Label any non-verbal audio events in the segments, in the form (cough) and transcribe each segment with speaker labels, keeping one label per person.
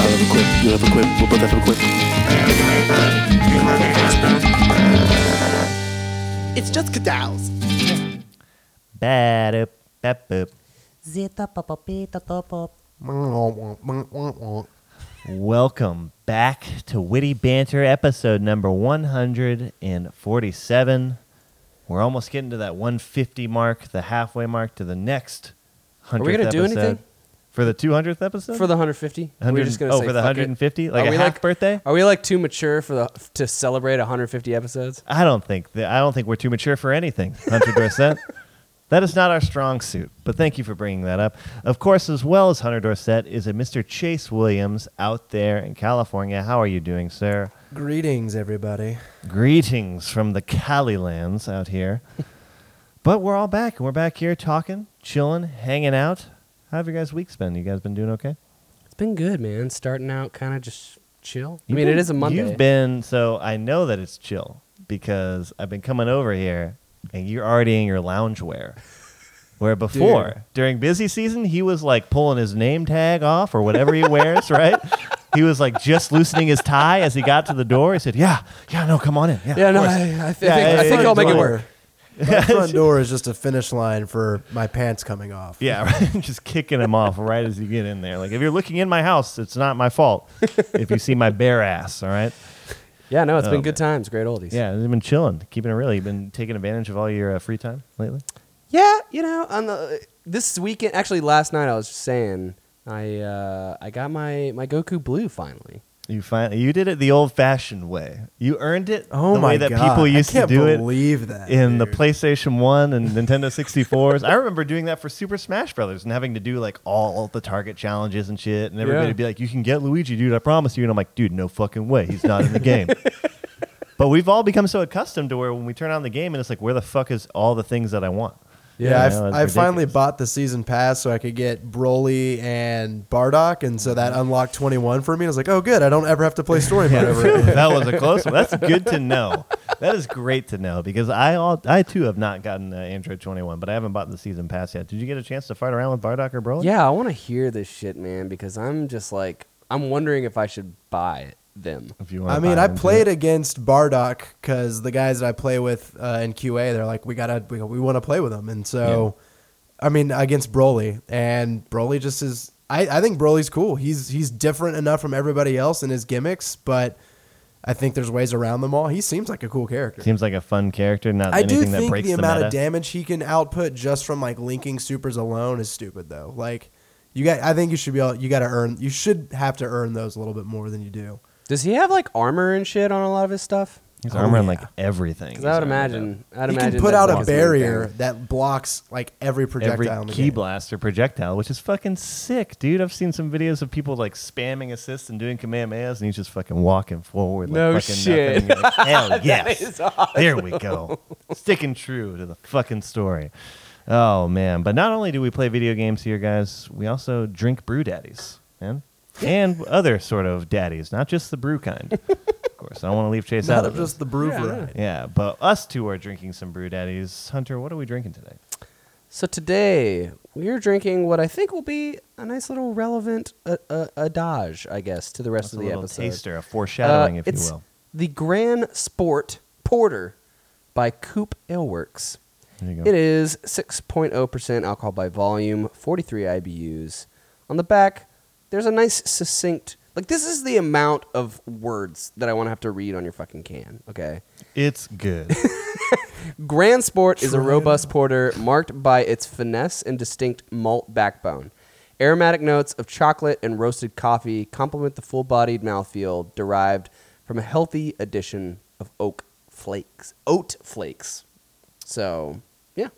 Speaker 1: you have a quip. We'll both have a quip.
Speaker 2: It's just cadals.
Speaker 3: Bad up, bad up. Welcome back to Witty Banter, episode number 147. We're almost getting to that 150 mark, the halfway mark to the next 100th
Speaker 4: we gonna do
Speaker 3: episode.
Speaker 4: anything?
Speaker 3: For the 200th episode?
Speaker 4: for the 150. We're
Speaker 3: 100
Speaker 4: just gonna
Speaker 3: oh,
Speaker 4: say
Speaker 3: for the
Speaker 4: fuck it.
Speaker 3: 150? Like
Speaker 4: Are
Speaker 3: a
Speaker 4: we
Speaker 3: half birthday?
Speaker 4: Are we like too mature for the to celebrate 150 episodes?
Speaker 3: I don't think that I don't think we're too mature for anything. Hundred Dorset. (laughs) That is not our strong suit, but thank you for bringing that up. Of course, as well as Hunter Dorset is a Mr. Chase Williams out there in California. How are you doing, sir?
Speaker 5: Greetings, everybody.
Speaker 3: Greetings from the Cali lands out
Speaker 4: (laughs)
Speaker 3: here. but we're all back, and we're back here talking, chilling, hanging out. How have your guys' weeks been? You guys been doing okay?
Speaker 4: It's been good, man. Starting out kind of just chill.
Speaker 3: You've
Speaker 4: I mean,
Speaker 3: been-
Speaker 4: it is a Monday.
Speaker 3: You've been so I know that it's chill because I've been coming over here and you're already in your
Speaker 4: (laughs)
Speaker 3: loungewear. Where before, during busy season, he was like pulling his name tag off or whatever he wears, (laughs) right? He was like just loosening his tie as he got to the door. He said, "Yeah, yeah, no, come on in." Yeah,
Speaker 4: yeah,
Speaker 3: of
Speaker 4: no,
Speaker 3: course."
Speaker 4: I, I, thi-
Speaker 3: Yeah,
Speaker 4: I think,
Speaker 3: yeah,
Speaker 4: I think
Speaker 3: yeah,
Speaker 4: I'll make
Speaker 3: yeah.
Speaker 4: it work.
Speaker 5: My front door is just a finish line for my pants coming off.
Speaker 3: Yeah, (laughs) right. just kicking him off right as you get in there. Like if you're looking in my house, it's not my fault. If you see my bare ass, all right.
Speaker 4: Yeah, no, it's
Speaker 3: Oh,
Speaker 4: been good times, great oldies.
Speaker 3: Yeah, you've been chilling, keeping it real. You've been taking advantage of all your uh, free time lately.
Speaker 4: Yeah, you know, on the this weekend, actually last night, I was just saying, I uh, I got my my Goku Blue finally.
Speaker 3: You finally you did it the old-fashioned way. You earned it
Speaker 5: Oh
Speaker 3: the
Speaker 5: my
Speaker 3: way that
Speaker 5: god!
Speaker 3: people used
Speaker 5: I can't
Speaker 3: to do it
Speaker 5: believe that
Speaker 3: in the
Speaker 5: dude.
Speaker 3: PlayStation One and Nintendo 64s. I remember doing that for Super Smash Brothers and having to do like all the target challenges and shit. And everybody
Speaker 4: Yeah.
Speaker 3: would be like, "You can get Luigi, dude. I promise you." And I'm like, "Dude, no fucking way. He's not in the
Speaker 5: (laughs)
Speaker 3: game." but we've all become so accustomed to where when we turn on the game and it's like, "Where the fuck is all the things that I want?"
Speaker 5: Yeah,
Speaker 3: Yeah,
Speaker 5: I've-
Speaker 3: no,
Speaker 5: I
Speaker 3: that's
Speaker 5: finally
Speaker 3: ridiculous.
Speaker 5: bought the season pass so I could get Broly and Bardock, and so that unlocked 21 for me. I was like, oh, good, I don't ever have to play story (laughs) mode ever again.
Speaker 3: that was a close one. That's good
Speaker 5: (laughs)
Speaker 3: to know. That is great to know because I all I too have not gotten uh, Android 21, but I haven't bought the season pass yet. Did you get a chance to fart around with Bardock or Broly?
Speaker 4: Yeah, I want to hear this shit, man, because I'm just like I'm wondering if I should buy them.
Speaker 3: If you want.
Speaker 5: I mean, I played against Bardock because the guys that I play with uh, in QA, they're like, we gotta, we, we want to play with them, and so, I mean, against Broly, and Broly just is. I, I think Broly's cool. He's he's different enough from everybody else in his gimmicks, but I think there's ways around them all. He seems like a cool character.
Speaker 3: Seems like a fun character, not
Speaker 5: I do
Speaker 3: anything that
Speaker 5: think
Speaker 3: breaks
Speaker 5: the amount
Speaker 3: meta.
Speaker 5: of damage he can output just from like linking supers alone is stupid though. Like you got, I think you should be able, you got to earn, you should have to earn those a little bit more than you do.
Speaker 4: Does he have like armor and shit on a lot of his stuff?
Speaker 3: He's
Speaker 5: Oh,
Speaker 3: armor on
Speaker 5: yeah.
Speaker 3: like everything.
Speaker 4: Because I would
Speaker 3: He's armored up.
Speaker 4: imagine, I'd
Speaker 5: He
Speaker 4: imagine
Speaker 5: can put
Speaker 4: that
Speaker 5: out a
Speaker 4: blocks everything.
Speaker 5: barrier that blocks like every
Speaker 3: Every
Speaker 5: projectile. in the
Speaker 3: key
Speaker 5: game.
Speaker 3: blast or projectile, which is fucking sick, dude. I've seen some videos of people like spamming assists and doing Kamehamehas, and he's just fucking walking forward. Like
Speaker 4: No
Speaker 3: fucking
Speaker 5: (laughs)
Speaker 4: shit.
Speaker 3: Nothing. You're Like, Hell yes.
Speaker 4: is awesome.
Speaker 3: There we go. Sticking true to the fucking story. Oh, man. But not only do we play video games here, guys, we also drink brew daddies, man. And other sort of daddies, not just the brew
Speaker 5: (laughs)
Speaker 3: kind. of course, I don't want to leave Chase out
Speaker 5: Not
Speaker 3: of this.
Speaker 5: just the brew
Speaker 4: Yeah,
Speaker 5: variety.
Speaker 3: Yeah, but us two are drinking some brew daddies. Hunter, what are we drinking today?
Speaker 4: So today we are drinking what I think will be a nice little relevant uh, uh, adage, I guess, to the rest
Speaker 3: That's a
Speaker 4: of the
Speaker 3: little
Speaker 4: episode.
Speaker 3: taster, a
Speaker 4: Uh,
Speaker 3: foreshadowing, if you
Speaker 4: it's
Speaker 3: will.
Speaker 4: the Grand Sport Porter by Coop Aleworks.
Speaker 3: There you go.
Speaker 4: It is 6.0% alcohol by volume, 43 IBUs. On the back, there's a nice succinct. Like, this is the amount of words that I want to have to read on your fucking can, okay?
Speaker 3: It's
Speaker 4: (laughs)
Speaker 3: good.
Speaker 4: Grand Sport is a robust porter marked by its finesse and distinct malt backbone. Aromatic notes of chocolate and roasted coffee complement the full bodied mouthfeel derived from a healthy addition of oak flakes. Oat flakes. So, yeah.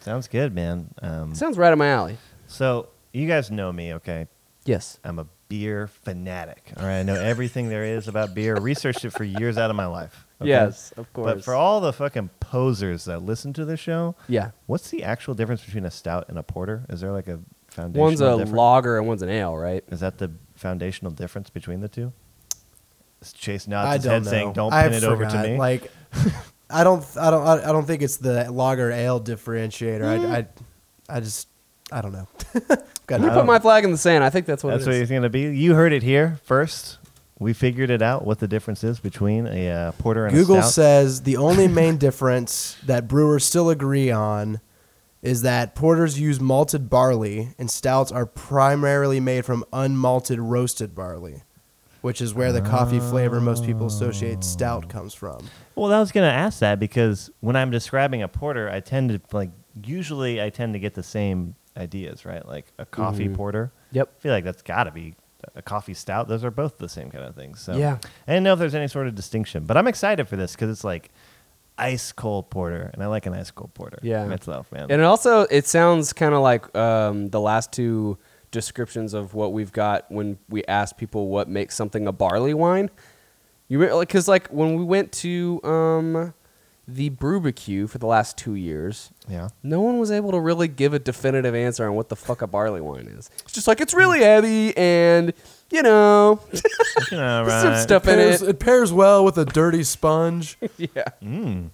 Speaker 3: Sounds good, man. Um,
Speaker 4: Sounds right up my alley.
Speaker 3: so, you guys know me, okay?
Speaker 4: Yes.
Speaker 3: I'm a beer fanatic. All right, I know everything there is about beer. Researched it for years out of my life. okay?
Speaker 4: Yes, of
Speaker 3: But
Speaker 4: course.
Speaker 3: for all the fucking posers that listen to this show,
Speaker 4: Yeah.
Speaker 3: what's the actual difference between a stout and a porter? Is there like a foundational
Speaker 4: One's a
Speaker 3: difference?
Speaker 4: lager and one's an ale, right?
Speaker 3: Is that the foundational difference between the two? Is Chase nods
Speaker 5: I
Speaker 3: his
Speaker 5: don't
Speaker 3: head
Speaker 5: know.
Speaker 3: saying, "Don't
Speaker 5: I
Speaker 3: pin it over to
Speaker 5: forgot.
Speaker 3: me."
Speaker 5: Like, (laughs) I don't, I don't, I don't think it's the lager ale differentiator.
Speaker 4: Mm.
Speaker 5: I, I, I just, I don't know. (laughs) Got
Speaker 4: I
Speaker 5: nothing.
Speaker 4: put my flag in the sand. I think Oh. that's what
Speaker 3: That's
Speaker 4: it
Speaker 3: what
Speaker 4: is.
Speaker 3: he's going to be. You heard it here first. We figured it out what the difference is between a uh, porter and
Speaker 5: Google
Speaker 3: a stout.
Speaker 5: says the only main difference that brewers still agree on is that porters use malted barley and stouts are primarily made from unmalted roasted barley, which is where the coffee flavor most people associate stout comes from.
Speaker 3: Well, I was gonna ask that because when I'm describing a porter, I tend to like usually I tend to get the same ideas, right? Like a coffee porter.
Speaker 4: Mm-hmm. Yep.
Speaker 3: I feel like that's got to be a coffee stout. Those are both the same kind of things. So
Speaker 4: Yeah.
Speaker 3: I didn't know if there's any sort of distinction, but I'm excited for this because it's like ice cold porter, and I like an ice cold porter.
Speaker 4: Yeah.
Speaker 3: myself, man.
Speaker 4: And uh, it also, it sounds kind of like um, the last two descriptions of what we've got when we ask people what makes something a barley wine. You because like, when we went to um, the barbecue for the last two years, (laughs)
Speaker 3: yeah.
Speaker 4: no one was able to really give a definitive answer on what the fuck a barley wine is. It's just like it's really heavy and you know
Speaker 3: You uh, know,
Speaker 4: there's some
Speaker 3: right.
Speaker 4: stuff in
Speaker 5: Pairs-
Speaker 4: it.
Speaker 5: it pairs well with a dirty sponge.
Speaker 4: Yeah,
Speaker 3: Mm.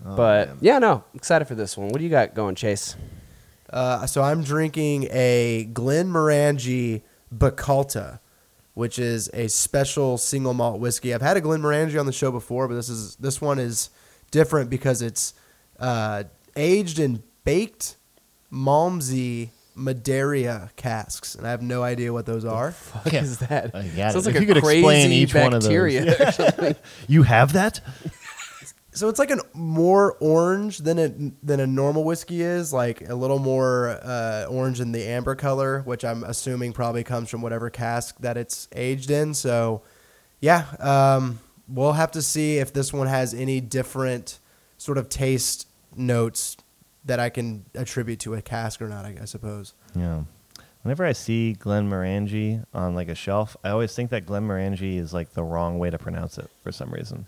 Speaker 4: but yeah, no, excited for this one. What do you got going, Chase? (laughs)
Speaker 5: Uh, so I'm drinking a Glenmorangie Bacalta, which is a special single malt whiskey. I've had a Glenmorangie on the show before, but this is this one is different because it's uh, aged in baked Malmsey Madeira casks, and I have no idea what those are.
Speaker 4: Fuck
Speaker 3: Oh, Yeah.
Speaker 4: is that?
Speaker 3: I got it. If
Speaker 4: Sounds like a
Speaker 3: you could
Speaker 4: crazy
Speaker 3: explain each one of those. (laughs)
Speaker 4: bacteria. or something.
Speaker 3: You have that?
Speaker 5: So it's like a more orange than a than a normal whiskey is, like a little more uh, orange in the amber color, which I'm assuming probably comes from whatever cask that it's aged in. So, yeah, um, we'll have to see if this one has any different sort of taste notes that I can attribute to a cask or not. I, I suppose.
Speaker 3: Yeah. Whenever I see Glenmorangie on like a shelf, I always think that Glenmorangie is like the wrong way to pronounce it for some reason.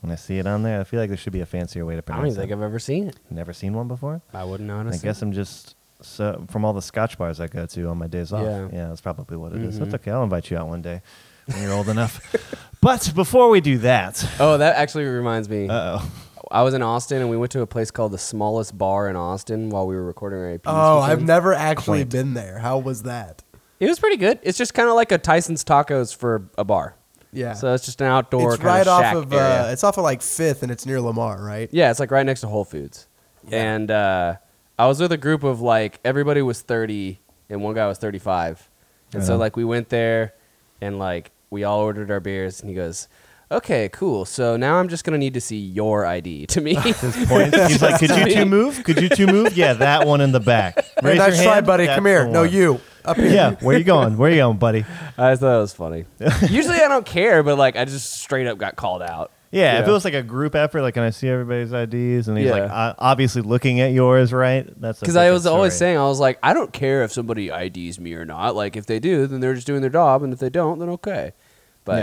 Speaker 3: when I see it on there, I feel like there should be a fancier way to
Speaker 4: (laughs) I don't
Speaker 3: pronounce
Speaker 4: even think
Speaker 3: it.
Speaker 4: I've ever seen it.
Speaker 3: Never seen one before.
Speaker 4: I wouldn't
Speaker 3: I
Speaker 4: honestly.
Speaker 3: guess I'm just so from all the Scotch bars I go to on my days off.
Speaker 4: Yeah.
Speaker 3: that's probably what it is. That's okay. I'll invite you out one day when you're old enough. But before we do that,
Speaker 4: Oh, that actually reminds me.
Speaker 3: uh oh,
Speaker 4: I was in Austin and we went to a place called the smallest bar in Austin while we were recording our AP.
Speaker 5: Oh, I've never actually been there. How was that?
Speaker 4: It was pretty good. It's just kind of like a Tyson's Tacos for a bar.
Speaker 5: Yeah,
Speaker 4: So it's just an outdoor.
Speaker 5: it's
Speaker 4: kinda
Speaker 5: right off
Speaker 4: shack
Speaker 5: of
Speaker 4: area.
Speaker 5: uh, it's off of like Fifth, and it's near Lamar, right?
Speaker 4: Yeah, it's like right next to Whole Foods. And uh, I was with a group of like everybody was 30 and one guy was 35. And so
Speaker 3: Yeah.
Speaker 4: like we went there and like we all ordered our beers and he goes, "Okay, cool. So now I'm just going to need to see your ID (laughs) to me."
Speaker 3: points. He's like, could you two move? Could you two move? Yeah, that one in the back. Raise
Speaker 5: Hey,
Speaker 3: your
Speaker 5: nice try,
Speaker 3: hand.
Speaker 5: buddy.
Speaker 3: That's
Speaker 5: Come
Speaker 3: the
Speaker 5: here. No,
Speaker 3: one.
Speaker 5: you up here.
Speaker 3: Yeah, where you going? Where you going, budody?
Speaker 4: I just thought it was funny. Usually I don't care, but like I just straight up got called out.
Speaker 3: Yeah, if
Speaker 4: Yeah.
Speaker 3: it was like a group effort, like, can I see everybody's IDs? And he's like,
Speaker 4: Yeah.
Speaker 3: uh, obviously looking at yours, right? That's a
Speaker 4: Because I
Speaker 3: different
Speaker 4: was always
Speaker 3: story.
Speaker 4: saying, I was like, I don't care if somebody IDs me or not. Like, if they do, then they're just doing their job, and if they don't, then okay. But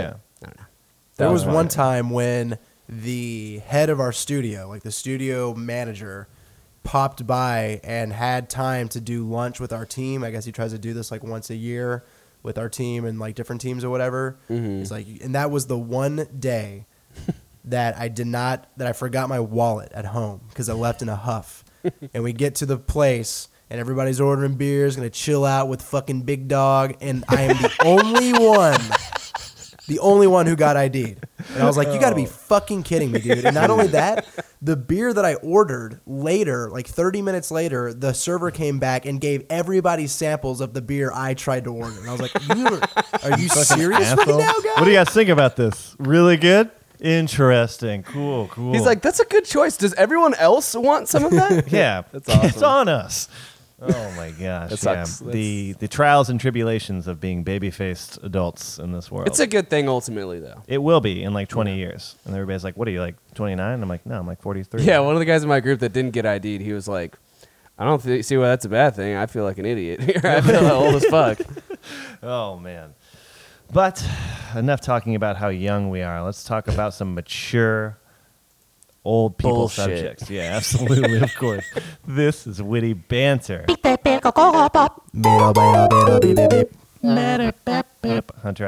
Speaker 3: Yeah.
Speaker 4: I don't know.
Speaker 5: There
Speaker 4: That
Speaker 5: was
Speaker 4: fun.
Speaker 5: one time when the head of our studio, like the studio manager, popped by and had time to do lunch with our team. I guess he tries to do this like once a year with our team and like different teams or whatever.
Speaker 3: Mm-hmm.
Speaker 5: It's like, and that was the one day that I did not that I forgot my wallet at home because I left in a huff. and we get to the place and everybody's ordering beers, gonna chill out with fucking big dog, and I am the only one, the only one who got ID'd. And I was like, you gotta be fucking kidding me, dude. And not only that, the beer that I ordered later, like 30 minutes later, the server came back and gave everybody samples of the beer I tried to order. And I was like, you are, are you serious right
Speaker 3: Asshole.
Speaker 5: now, guys?
Speaker 3: What do you guys think about this? Really good? Interesting. Cool, cool.
Speaker 4: He's like, that's a good choice. Does everyone else want some of that? (laughs)
Speaker 3: yeah,
Speaker 4: That's
Speaker 3: (laughs)
Speaker 4: awesome.
Speaker 3: it's on us. Oh
Speaker 4: (laughs)
Speaker 3: my gosh.
Speaker 4: That
Speaker 3: yeah.
Speaker 4: sucks.
Speaker 3: The, the trials and tribulations of being baby faced adults in this world.
Speaker 4: It's a good thing ultimately, though.
Speaker 3: it will be in like 20 years. And everybody's like, what are you, like 29? I'm like, no, I'm like 43.
Speaker 4: Yeah, one of the guys in my group that didn't get ID'd, he was like, I don't thi- see why that's a bad thing. I feel like an idiot (laughs) here. I feel old as (laughs) fuck.
Speaker 3: Oh man. But enough talking about how young we are. Let's talk about some mature old people
Speaker 4: Bullshit.
Speaker 3: subjects. Yeah, absolutely, of
Speaker 4: (laughs)
Speaker 3: course. This is witty banter. Hunter,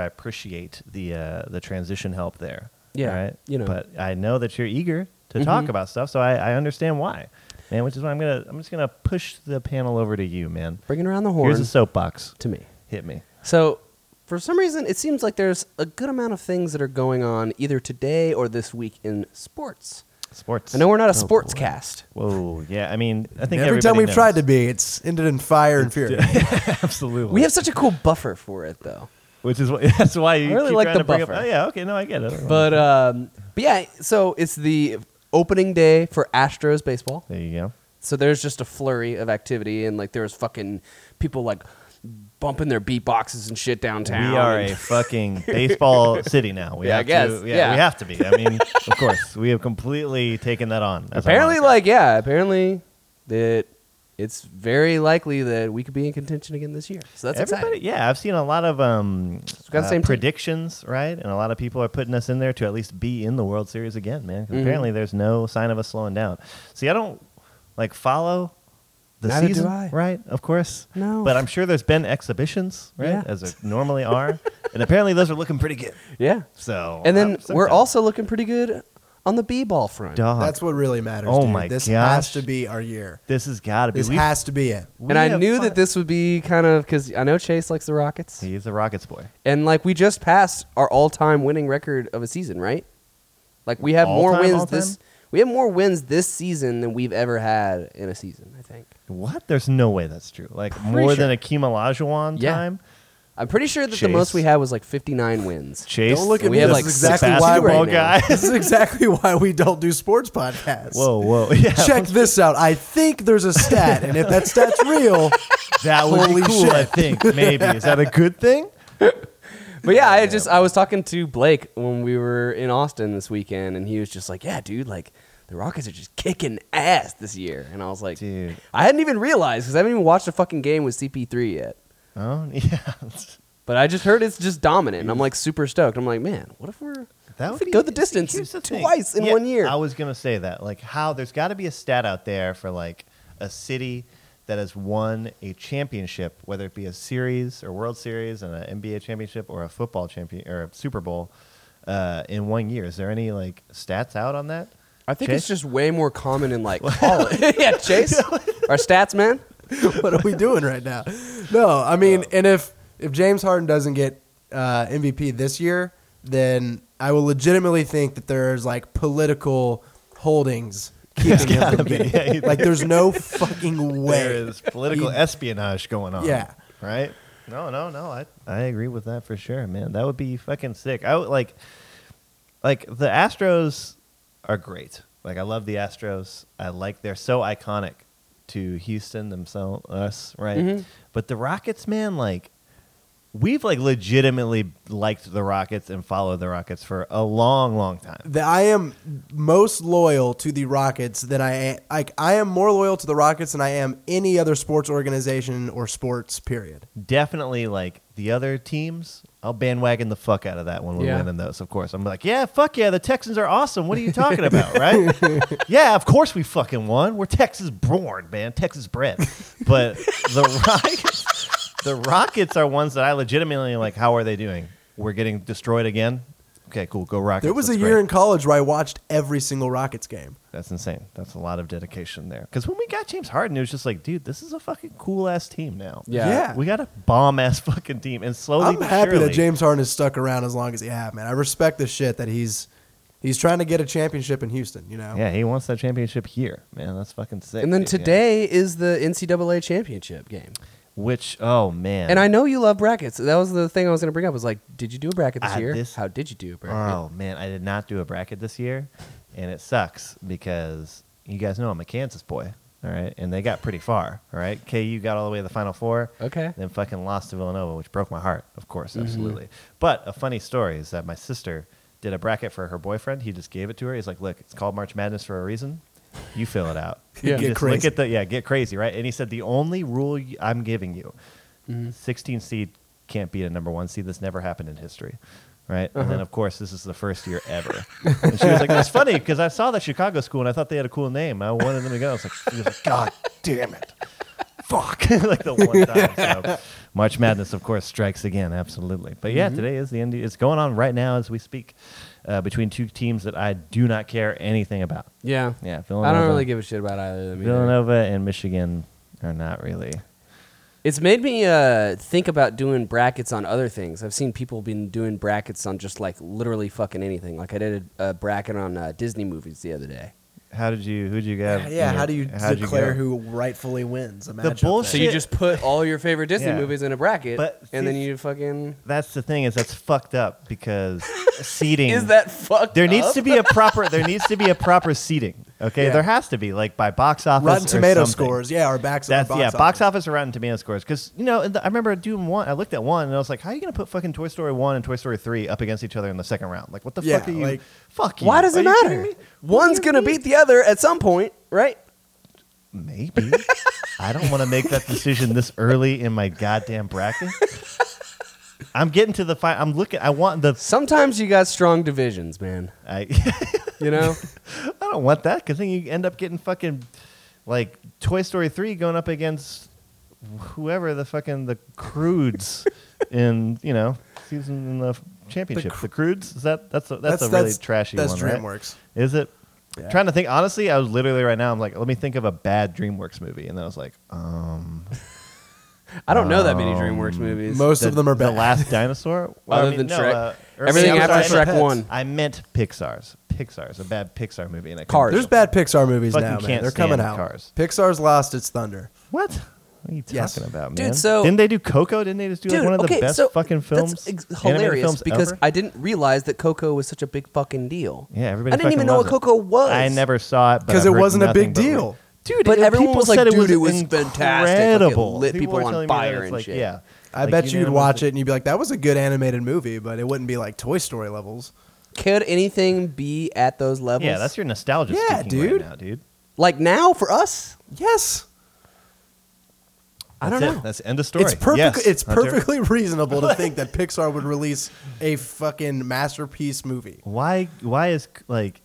Speaker 3: I appreciate the uh, the transition help there.
Speaker 4: Yeah,
Speaker 3: All right?
Speaker 4: you know. Mm-hmm.
Speaker 3: But I know that you're eager to talk about stuff, so I, I understand why. Man, which is why I'm gonna I'm just gonna push the panel over to you, man.
Speaker 4: (laughs) Bringing around the horn
Speaker 3: Here's a soapbox.
Speaker 4: to me.
Speaker 3: Hit me.
Speaker 4: So for some reason, it seems like there's a good amount of things that are going on either today or this week in sports.
Speaker 3: Sports.
Speaker 4: I know we're not a sports cast.
Speaker 3: Whoa, yeah. I mean, I think
Speaker 5: Every time
Speaker 3: everybody
Speaker 5: we've
Speaker 3: knows.
Speaker 5: tried to be, it's ended in fire and fury.
Speaker 3: (laughs) absolutely.
Speaker 4: We have such a cool buffer for it, though.
Speaker 3: which is wh- (laughs) that's why you
Speaker 4: I really
Speaker 3: keep
Speaker 4: like
Speaker 3: trying
Speaker 4: the
Speaker 3: to bring
Speaker 4: buffer.
Speaker 3: Up, oh, yeah, okay, no, I get it.
Speaker 4: But um, but yeah, so it's the opening day for Astros baseball.
Speaker 3: there you go.
Speaker 4: So there's just a flurry of activity, and like there's fucking people like bumping their beatboxes and shit downtown.
Speaker 3: We are
Speaker 4: and-
Speaker 3: a
Speaker 4: (laughs)
Speaker 3: fucking baseball city now. We
Speaker 4: Yeah, I
Speaker 3: have
Speaker 4: guess.
Speaker 3: To, yeah,
Speaker 4: Yeah.
Speaker 3: we have to be. I mean, of course, we have completely taken that on. as our
Speaker 4: apparently
Speaker 3: moniker.
Speaker 4: like yeah, apparently that it's very likely that we could be in contention again this year. So that's
Speaker 3: everybody.
Speaker 4: exciting.
Speaker 3: Yeah, I've seen a lot of um,
Speaker 4: got the same team.
Speaker 3: predictions, right? And a lot of people are putting us in there to at least be in the World Series again, man. 'Cause
Speaker 4: Mhm.
Speaker 3: Apparently, there's no sign of us slowing down. See, I don't like follow. The
Speaker 4: Neither do
Speaker 3: season,
Speaker 4: I.
Speaker 3: right? Of course.
Speaker 4: No.
Speaker 3: But I'm sure there's been exhibitions, right?
Speaker 4: Yeah.
Speaker 3: As there normally
Speaker 4: (laughs)
Speaker 3: are. and apparently those are looking pretty good.
Speaker 4: Yeah.
Speaker 3: So
Speaker 4: And then
Speaker 3: I'm-
Speaker 4: we're also looking pretty good on the b-ball front.
Speaker 3: dog.
Speaker 5: That's what really matters.
Speaker 3: Oh
Speaker 5: dude.
Speaker 3: my
Speaker 5: This
Speaker 3: gosh.
Speaker 5: has to be our year.
Speaker 3: this has got to be.
Speaker 5: This
Speaker 3: we-
Speaker 5: has to be it.
Speaker 3: we
Speaker 4: and I
Speaker 3: have
Speaker 4: knew
Speaker 3: fun-
Speaker 4: that this would be kind of because I know Chase likes the Rockets,
Speaker 3: He's a Rockets boy.
Speaker 4: and like we just passed our all-time winning record of a season, right? Like we have more
Speaker 3: All-time,
Speaker 4: wins
Speaker 3: all-time?
Speaker 4: this we have more wins this season than we've ever had in a season. I think
Speaker 3: What? There's no way that's true. Like
Speaker 4: Pretty
Speaker 3: more
Speaker 4: sure.
Speaker 3: than a Kim Olajuwon
Speaker 4: Yeah.
Speaker 3: time.
Speaker 4: I'm pretty sure that the most
Speaker 3: Chase.
Speaker 4: we had was like 59 wins.
Speaker 3: Chase.
Speaker 5: Don't look at
Speaker 4: We
Speaker 5: me.
Speaker 4: have
Speaker 5: this
Speaker 4: like
Speaker 5: is
Speaker 4: six
Speaker 5: exactly why we
Speaker 4: basketball
Speaker 3: basketball
Speaker 4: right
Speaker 3: guy.
Speaker 5: (laughs)
Speaker 4: now.
Speaker 3: (laughs)
Speaker 5: This is exactly why we don't do sports podcasts.
Speaker 3: whoa, whoa. (laughs) Yeah.
Speaker 5: Check this out. I think there's a stat, and if that stat's real, (laughs)
Speaker 3: that would be
Speaker 5: Holy
Speaker 3: cool, I think. (laughs) Maybe. Is that a good thing?
Speaker 4: (laughs) But yeah, I just I was talking to Blake when we were in Austin this weekend, and he was just like, "Yeah, dude, like the Rockets are just kicking ass this year." And I was like,
Speaker 3: Dude.
Speaker 4: I hadn't even realized because I haven't even watched a fucking game with CP3 yet."
Speaker 3: Oh, yeah.
Speaker 4: But I just heard it's just dominant, and I'm like super stoked. I'm like, man, what if we're
Speaker 3: (laughs) Mm. That
Speaker 4: what if
Speaker 3: would
Speaker 4: we
Speaker 3: be-
Speaker 4: go the distance
Speaker 3: here's the thing.
Speaker 4: twice in
Speaker 3: Yeah,
Speaker 4: one year?
Speaker 3: I was gonna say that. Like how there's gotta be a stat out there for like a city that has won a championship, whether it be a series or World Series and an NBA championship or a football champion or a Super Bowl uh, in one year. Is there any like stats out on that?
Speaker 4: I think it's
Speaker 3: Chase?
Speaker 4: just way more common
Speaker 3: (laughs)
Speaker 4: in like college. (laughs) yeah, Chase, our stats man.
Speaker 5: what are we doing right now? No, I mean, and if if James Harden doesn't get uh, MVP this year, then I will legitimately think that there's like political holdings keeping him from getting.
Speaker 3: (laughs) Yeah, you
Speaker 5: like, there's no fucking way.
Speaker 3: There is
Speaker 5: (laughs)
Speaker 3: political espionage going on.
Speaker 5: Yeah.
Speaker 3: Right? No, no, no. I I agree with that for sure, man. That would be fucking sick. I would like like the Astros are great. Like I love the Astros. I like they're so iconic to Houston themselves us, right?
Speaker 5: Mm-hmm.
Speaker 3: But the Rockets, man, like we've like legitimately liked the Rockets and followed the Rockets for a long, long time.
Speaker 5: that I am most loyal to the Rockets than I like. I am more loyal to the Rockets than I am any other sports organization or sports. Period.
Speaker 3: definitely like the other teams. I'll bandwagon the fuck out of that when we're
Speaker 4: Yeah.
Speaker 3: winning those. Of course, I'm like, yeah, fuck yeah, the Texans are awesome. What are you talking about, right? yeah, of course we fucking won. We're Texas born, man, Texas bred. But the Rockets, the Rockets are ones that I legitimately like. How are they doing? We're getting destroyed again. Okay, cool. Go Rockets.
Speaker 5: There was
Speaker 3: That's
Speaker 5: a year
Speaker 3: great.
Speaker 5: in college where I watched every single Rockets game.
Speaker 3: That's insane. That's a lot of dedication there. Because when we got James Harden, it was just like, dude, this is a fucking cool ass team now.
Speaker 4: Yeah.
Speaker 5: Yeah.
Speaker 3: we got a bomb ass (laughs) fucking team, and slowly,
Speaker 5: I'm
Speaker 3: but
Speaker 5: happy
Speaker 3: surely,
Speaker 5: that James Harden has stuck around as long as he have, man. I respect the shit that he's he's trying to get a championship in Houston. You know,
Speaker 3: Yeah, he wants that championship here, man. That's fucking sick.
Speaker 4: And then
Speaker 3: dude, yeah.
Speaker 4: today is the NCAA championship game.
Speaker 3: which oh man,
Speaker 4: And I know you love brackets. That was the thing I was going to bring up. Was like, did you do a bracket this
Speaker 3: I-
Speaker 4: year?
Speaker 3: this-
Speaker 4: How did you do a bracket?
Speaker 3: oh man, I did not do a bracket this year, and it sucks because you guys know I'm a Kansas boy, all right, and they got pretty far, all right. KU got all the way to the Final Four,
Speaker 4: Okay.
Speaker 3: then fucking lost to Villanova, which broke my heart, of course, absolutely. But a funny story is that my sister did a bracket for her boyfriend. He just gave it to her. He's like, "Look, it's called March Madness for a reason. You fill it out.
Speaker 5: Yeah.
Speaker 3: You
Speaker 5: Get
Speaker 3: just Look
Speaker 5: crazy.
Speaker 3: at the yeah, get crazy, right?" And he said, "The only rule y- I'm giving you,
Speaker 5: Mm-hmm.
Speaker 3: 16 seed can't beat a number one seed. This never happened in history." Right, and then of course this is the first year ever. and she was like, "That's funny because I saw that Chicago school and I thought they had a cool name. I wanted them to go." I was like, she was like "God damn it!" fuck (laughs) like the one time so march madness of course strikes again absolutely but yeah today is the end it's going on right now as we speak uh, between two teams that i do not care anything about
Speaker 4: Yeah.
Speaker 3: yeah
Speaker 4: I
Speaker 3: villanova
Speaker 4: don't really give a shit about either of them. either.
Speaker 3: villanova and michigan are not really
Speaker 4: It's made me uh, think about doing brackets on other things. I've seen people been doing brackets on just like literally fucking anything. Like I did a, a bracket on uh, Disney movies the other day.
Speaker 3: How did you? Who did you
Speaker 5: Yeah,
Speaker 3: get?
Speaker 5: how do you
Speaker 3: how'd
Speaker 5: declare
Speaker 3: go?
Speaker 5: who rightfully wins a matchup? there?
Speaker 3: bullshit-
Speaker 4: So you
Speaker 3: Shit.
Speaker 4: just put all your favorite Disney
Speaker 3: Yeah.
Speaker 4: movies in a bracket,
Speaker 3: But
Speaker 4: and then
Speaker 3: see-
Speaker 4: you fucking
Speaker 3: That's the thing is that's fucked up because
Speaker 5: (laughs)
Speaker 3: seating
Speaker 4: is that fucked?
Speaker 3: There needs
Speaker 4: up?
Speaker 3: to be a proper. There needs to be a proper seating. Okay,
Speaker 4: Yeah.
Speaker 3: there has to be like by box office.
Speaker 5: Rotten
Speaker 3: or
Speaker 5: Tomato
Speaker 3: something.
Speaker 5: scores, yeah, or backs.
Speaker 3: That's
Speaker 5: box
Speaker 3: yeah, box office or Rotten Tomato scores. Because you know, and the- I remember doing one. I looked at one and I was like, "How are you going to put fucking Toy Story one and Toy Story three up against each other in the second round? Like, what the
Speaker 5: Yeah,
Speaker 3: fuck are you?
Speaker 5: like-
Speaker 3: fuck you.
Speaker 4: Why does
Speaker 3: Are
Speaker 4: it
Speaker 3: you kidding
Speaker 4: matter?
Speaker 3: me?
Speaker 4: One's gonna beat the other at some point, right?
Speaker 3: Maybe. I don't want to make that decision this early in my goddamn bracket. I'm getting to the fight. I'm looking. I want the.
Speaker 4: Sometimes you got strong divisions, man.
Speaker 3: I. (laughs)
Speaker 4: You know,
Speaker 3: I don't want that because then you end up getting fucking like Toy Story three going up against whoever the fucking the Crudes in you know season in the f- championship. The, Crudes is that that's a, that's, a really trashy
Speaker 5: That's
Speaker 3: one. right?
Speaker 5: DreamWorks.
Speaker 3: Is it?
Speaker 5: Yeah.
Speaker 3: Trying to think honestly, I was literally right now. I'm like, let me think of a bad DreamWorks movie, and then I was like, um,
Speaker 4: I don't know that many DreamWorks movies.
Speaker 5: Most
Speaker 3: the-
Speaker 5: of them are
Speaker 3: the
Speaker 5: bad.
Speaker 3: last dinosaur. Well, I
Speaker 4: Other
Speaker 3: mean,
Speaker 4: than
Speaker 3: no,
Speaker 4: Shrek.
Speaker 3: uh, or-
Speaker 4: Everything
Speaker 3: yeah,
Speaker 5: Shrek
Speaker 4: after
Speaker 5: was
Speaker 4: Shrek
Speaker 5: Pets.
Speaker 4: one.
Speaker 3: I meant Pixar's. Pixar's a bad Pixar movie, and I couldn't
Speaker 4: Cars.
Speaker 5: There's bad Pixar movies
Speaker 3: Fucking
Speaker 5: now, man.
Speaker 3: can't
Speaker 5: They're coming
Speaker 3: stand
Speaker 5: out.
Speaker 3: Cars.
Speaker 5: Pixar's lost its thunder.
Speaker 3: What? What are you talking
Speaker 5: Yes.
Speaker 3: about, man?
Speaker 4: Dude, so-
Speaker 3: didn't they do Coco? Didn't they just do like one of the best fucking films?
Speaker 4: That's ex-
Speaker 3: animated
Speaker 4: hilarious
Speaker 3: films
Speaker 4: because
Speaker 3: ever?
Speaker 4: I didn't realize that Coco was such a big fucking deal.
Speaker 3: yeah, everybody.
Speaker 4: I didn't
Speaker 3: fucking
Speaker 4: even know
Speaker 3: loves it.
Speaker 4: what Coco was.
Speaker 3: I never saw it but
Speaker 5: 'Cause
Speaker 3: I've
Speaker 5: it
Speaker 3: heard
Speaker 5: wasn't a
Speaker 3: nothing
Speaker 5: big
Speaker 3: but-
Speaker 5: deal.
Speaker 3: Dude,
Speaker 4: But
Speaker 3: it-
Speaker 4: everyone
Speaker 3: people
Speaker 4: was like,
Speaker 3: said
Speaker 4: "Dude, it was
Speaker 3: incredible.
Speaker 4: fantastic. It lit people
Speaker 3: were
Speaker 4: on
Speaker 3: telling me that
Speaker 4: fire
Speaker 3: it's
Speaker 4: and
Speaker 3: like,
Speaker 4: shit.
Speaker 3: Yeah,
Speaker 5: I
Speaker 3: Like,
Speaker 5: bet you'd
Speaker 3: unanimous-
Speaker 5: watch it and you'd be like, "That was a good animated movie," but it wouldn't be like Toy Story levels.
Speaker 4: Could anything be at those levels?
Speaker 3: Yeah, that's your nostalgia.
Speaker 5: Yeah,
Speaker 3: speaking right
Speaker 5: dude.
Speaker 3: now, dude.
Speaker 4: like now for us.
Speaker 5: Yes,
Speaker 4: I don't
Speaker 3: That's it.
Speaker 4: know.
Speaker 3: That's the end of story.
Speaker 5: it's perfect.
Speaker 3: Yes,
Speaker 5: it's
Speaker 3: Hunter.
Speaker 5: perfectly (laughs) reasonable to think
Speaker 3: (laughs)
Speaker 5: that Pixar would release a fucking masterpiece movie.
Speaker 3: Why? Why is like?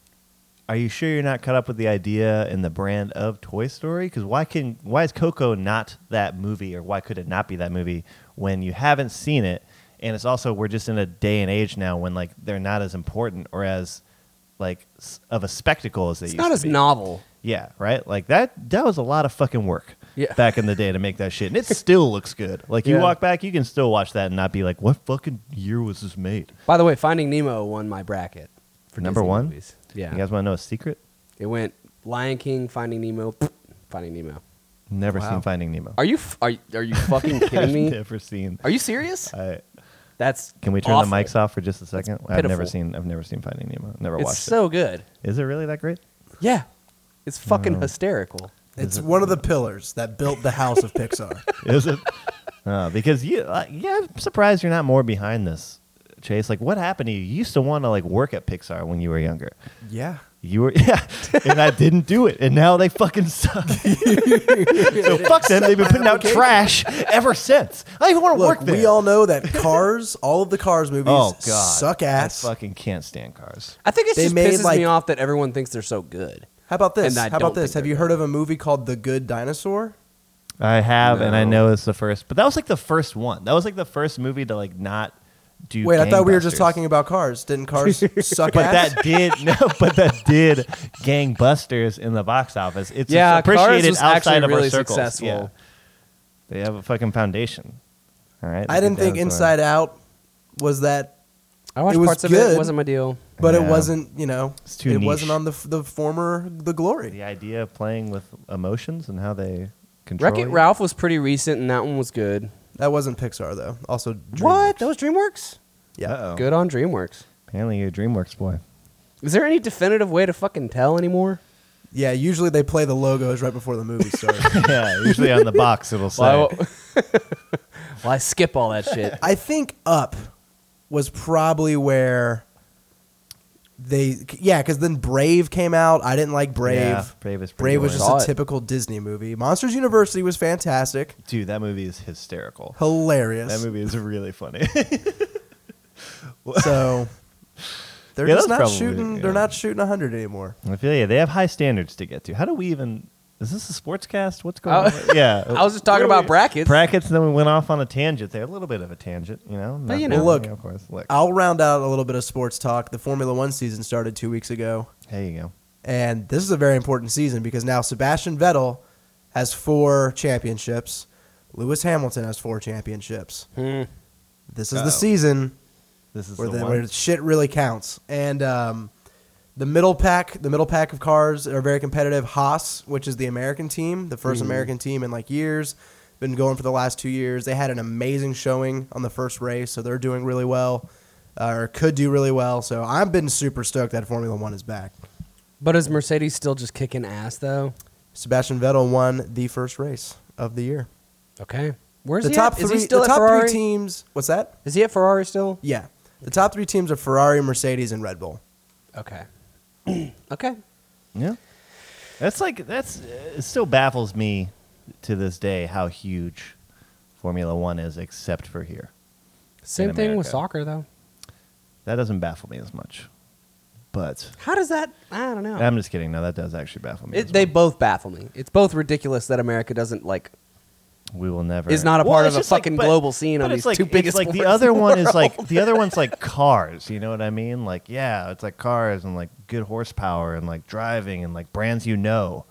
Speaker 3: Are you sure you're not caught up with the idea and the brand of Toy Story? Because why can why is Coco not that movie, or why could it not be that movie when you haven't seen it? And it's also we're just in a day and age now when like they're not as important or as like s- of a spectacle as they
Speaker 4: It's
Speaker 3: used
Speaker 4: not
Speaker 3: to
Speaker 4: as
Speaker 3: be.
Speaker 4: novel.
Speaker 3: Yeah, right. Like that. That was a lot of fucking work. (laughs)
Speaker 4: Yeah.
Speaker 3: Back in the day to make that shit, and it still looks good. Like you
Speaker 5: Yeah.
Speaker 3: walk back, you can still watch that and not be like, "What fucking year was this made?"
Speaker 4: By the way, Finding Nemo won my bracket for
Speaker 3: Number
Speaker 4: Disney
Speaker 3: one?
Speaker 4: Movies. Yeah,
Speaker 3: You guys want to know a secret?
Speaker 4: it went Lion King, Finding Nemo, Finding Nemo.
Speaker 3: Never
Speaker 5: Wow.
Speaker 3: seen Finding Nemo.
Speaker 4: Are you f- are you- are you
Speaker 3: (laughs)
Speaker 4: fucking kidding
Speaker 3: I've
Speaker 4: me?
Speaker 3: never seen.
Speaker 4: Are you serious?
Speaker 3: I,
Speaker 4: That's
Speaker 3: can we turn
Speaker 4: awful.
Speaker 3: the mics off for just a second? I've never
Speaker 4: pitiful.
Speaker 3: seen. I've never seen Finding Nemo. Never
Speaker 4: It's
Speaker 3: watched
Speaker 4: so good.
Speaker 3: it. Is it really that great?
Speaker 4: Yeah, it's fucking
Speaker 3: Um,
Speaker 4: hysterical.
Speaker 5: It's one of the pillars that built the house of Pixar.
Speaker 3: Is
Speaker 4: (laughs)
Speaker 3: it? Uh, because you, uh, yeah, I'm surprised you're not more behind this, Chase. Like, what happened to you? You used to want to like work at Pixar when you were younger.
Speaker 5: Yeah.
Speaker 3: You were, (laughs) (laughs) yeah, and I didn't do it, and now they fucking suck. (laughs) so fuck them. They've been putting out trash ever since. I don't even want to
Speaker 5: Look,
Speaker 3: work there.
Speaker 5: we all know that Cars, all of the Cars movies,
Speaker 3: oh god,
Speaker 5: suck ass.
Speaker 3: I fucking can't stand cars.
Speaker 4: I think it
Speaker 5: They
Speaker 4: just
Speaker 5: made,
Speaker 4: pisses
Speaker 5: like-
Speaker 4: me off that everyone thinks they're so good.
Speaker 5: How about this?
Speaker 4: And I
Speaker 5: How
Speaker 4: don't
Speaker 5: about this?
Speaker 4: think
Speaker 5: Have
Speaker 4: they're
Speaker 5: you heard of a movie called The Good Dinosaur?
Speaker 3: I have, and I
Speaker 4: No.
Speaker 3: know it's the first, but that was like the first one. That was like the first movie to like not do.
Speaker 5: Wait, I thought we were just
Speaker 3: gangbusters.
Speaker 5: talking about Cars. Didn't Cars
Speaker 3: (laughs)
Speaker 5: suck
Speaker 3: But
Speaker 5: ass?
Speaker 3: that did (laughs) no, but that did gangbusters in the box office. It's
Speaker 4: Yeah,
Speaker 3: appreciated
Speaker 4: Cars was
Speaker 3: outside
Speaker 4: actually
Speaker 3: of
Speaker 4: really
Speaker 3: our circles.
Speaker 4: successful.
Speaker 3: Yeah. They have a fucking foundation. All right.
Speaker 5: I didn't think Inside Out was that,
Speaker 4: I watched
Speaker 5: It was
Speaker 4: parts of it.
Speaker 5: good.
Speaker 4: It wasn't my deal.
Speaker 5: but it
Speaker 3: Yeah.
Speaker 5: wasn't. You know,
Speaker 3: It's too
Speaker 5: it
Speaker 3: niche.
Speaker 5: wasn't on the f- the former The
Speaker 3: the
Speaker 5: Glory.
Speaker 3: idea of playing with emotions and how they control.
Speaker 4: Wreck It
Speaker 3: you.
Speaker 4: Ralph was pretty recent, and that one was good.
Speaker 5: That wasn't Pixar though. Also,
Speaker 4: What?
Speaker 5: DreamWorks.
Speaker 4: That was DreamWorks.
Speaker 5: Yeah.
Speaker 3: Uh-oh.
Speaker 4: Good on DreamWorks.
Speaker 3: Apparently, you're a DreamWorks boy. (laughs)
Speaker 4: Is there any definitive way to fucking tell anymore?
Speaker 5: Yeah. Usually they play the logos right before the movie starts.
Speaker 3: (laughs) yeah. Usually on the box it'll say.
Speaker 4: Well, (laughs) I, well, I skip all that shit. (laughs)
Speaker 5: I think Up was probably where they yeah because then Brave came out. I didn't like Brave.
Speaker 3: Yeah, Brave is pretty
Speaker 5: Brave was
Speaker 3: boring.
Speaker 5: just
Speaker 4: Saw
Speaker 5: a
Speaker 4: it.
Speaker 5: typical Disney movie. Monsters University was fantastic,
Speaker 3: Dude, that movie is hysterical. That
Speaker 5: hilarious.
Speaker 3: movie is really funny. (laughs)
Speaker 5: (laughs) So they're
Speaker 3: Yeah, that's
Speaker 5: just not
Speaker 3: probably-
Speaker 5: shooting.
Speaker 3: yeah.
Speaker 5: They're not shooting hundred anymore.
Speaker 3: I feel you. They have high standards to get to. How do we even? Is this a sportscast? What's going
Speaker 4: I-
Speaker 3: on?
Speaker 4: (laughs)
Speaker 3: Yeah,
Speaker 4: Oh, I was just talking
Speaker 3: Where
Speaker 4: about
Speaker 3: we-
Speaker 4: brackets.
Speaker 3: Brackets. and Then we went off on a tangent there, a little bit of a tangent, you know.
Speaker 4: But
Speaker 3: Not-
Speaker 4: you know.
Speaker 3: yeah,
Speaker 5: Look,
Speaker 3: of course. Look,
Speaker 5: I'll round out a little bit of sports talk. The Formula One season started two weeks ago,
Speaker 3: there you go.
Speaker 5: and this is a very important season because now Sebastian Vettel has four championships. Lewis Hamilton has four championships.
Speaker 3: Hmm.
Speaker 5: This is the season
Speaker 3: This is
Speaker 5: where
Speaker 3: the,
Speaker 5: the,
Speaker 3: one.
Speaker 5: where shit really counts. And um, the middle pack, the middle pack of cars are very competitive. Haas, which is the American team, the 1st
Speaker 3: Mm-hmm.
Speaker 5: American team in like years, been going for the last two years. They had an amazing showing on the first race, so they're doing really well, uh, or could do really well. So I've been super stoked that Formula One is back.
Speaker 4: But is Mercedes still just kicking ass though?
Speaker 5: Sebastian Vettel won the first race of the year.
Speaker 4: Okay. Where's
Speaker 5: the
Speaker 4: he
Speaker 5: top
Speaker 4: at?
Speaker 5: three,
Speaker 4: is he still
Speaker 5: the
Speaker 4: at
Speaker 5: top
Speaker 4: Ferrari?
Speaker 5: three teams. What's that?
Speaker 4: Is he at Ferrari still?
Speaker 5: Yeah, the top three teams are Ferrari, Mercedes, and Red Bull.
Speaker 4: Okay. (clears throat) okay.
Speaker 3: Yeah. That's like that's uh, it still baffles me to this day how huge Formula 1 is except for here.
Speaker 4: Same thing with
Speaker 3: America.
Speaker 4: soccer though.
Speaker 3: That doesn't baffle me as much. But
Speaker 4: How does that? I don't know.
Speaker 3: I'm just kidding. No, that does actually baffle me.
Speaker 4: It,
Speaker 3: as
Speaker 4: they
Speaker 3: well.
Speaker 4: both baffle me. It's both ridiculous that America doesn't like
Speaker 3: we will never
Speaker 4: is not a part
Speaker 3: it's
Speaker 4: of a
Speaker 3: just like-
Speaker 4: fucking
Speaker 3: but-
Speaker 4: global scene
Speaker 3: but
Speaker 4: on
Speaker 3: it's
Speaker 4: these
Speaker 3: like,
Speaker 4: two biggest
Speaker 3: It's like the
Speaker 4: sports
Speaker 3: other
Speaker 4: in the
Speaker 3: one is
Speaker 4: world.
Speaker 3: like the other
Speaker 4: (laughs)
Speaker 3: one's like cars. You know what I mean? Like yeah, it's like cars and like good horsepower and like driving and like brands you know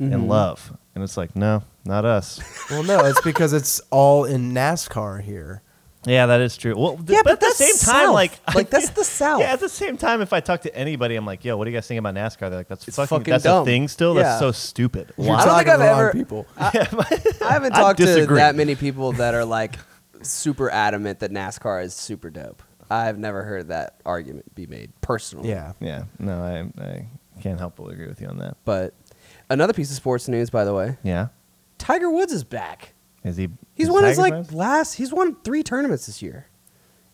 Speaker 4: Mm-hmm.
Speaker 3: and love. And it's like no, not us.
Speaker 4: (laughs)
Speaker 5: Well, no, it's because it's all in NASCAR here.
Speaker 3: Yeah, that is true. Well, th-
Speaker 4: Yeah,
Speaker 3: but, at
Speaker 4: but
Speaker 3: the same
Speaker 4: that's
Speaker 3: time,
Speaker 4: South.
Speaker 3: like,
Speaker 4: (laughs)
Speaker 3: I
Speaker 4: Like,
Speaker 3: (laughs)
Speaker 4: that's
Speaker 3: feel-
Speaker 4: the South.
Speaker 3: Yeah, at the same time, if I talk to anybody, I'm like, "Yo, what do you guys think about NASCAR?" They're like, "That's
Speaker 4: It's
Speaker 3: fucking,
Speaker 4: fucking
Speaker 3: that's
Speaker 4: dumb.
Speaker 3: a thing still.
Speaker 4: Yeah.
Speaker 3: That's so stupid."
Speaker 5: You're
Speaker 4: I
Speaker 3: Why?
Speaker 4: don't
Speaker 5: talking
Speaker 4: think
Speaker 5: to
Speaker 4: I've
Speaker 5: the wrong
Speaker 4: ever-
Speaker 5: people.
Speaker 4: I haven't
Speaker 3: (laughs) I
Speaker 4: talked to
Speaker 3: disagree.
Speaker 4: that many people that are like super adamant that NASCAR is super dope. I've never heard that argument be made
Speaker 5: (laughs)
Speaker 4: personally.
Speaker 5: Yeah.
Speaker 3: Yeah, no, I, I can't help but agree with you on that.
Speaker 4: But another piece of sports news, by the way,
Speaker 3: Yeah,
Speaker 4: Tiger Woods is back.
Speaker 3: is he?
Speaker 4: He's
Speaker 3: is
Speaker 4: won his
Speaker 3: Tiger
Speaker 4: like
Speaker 3: friends?
Speaker 4: last. He's won three tournaments this year.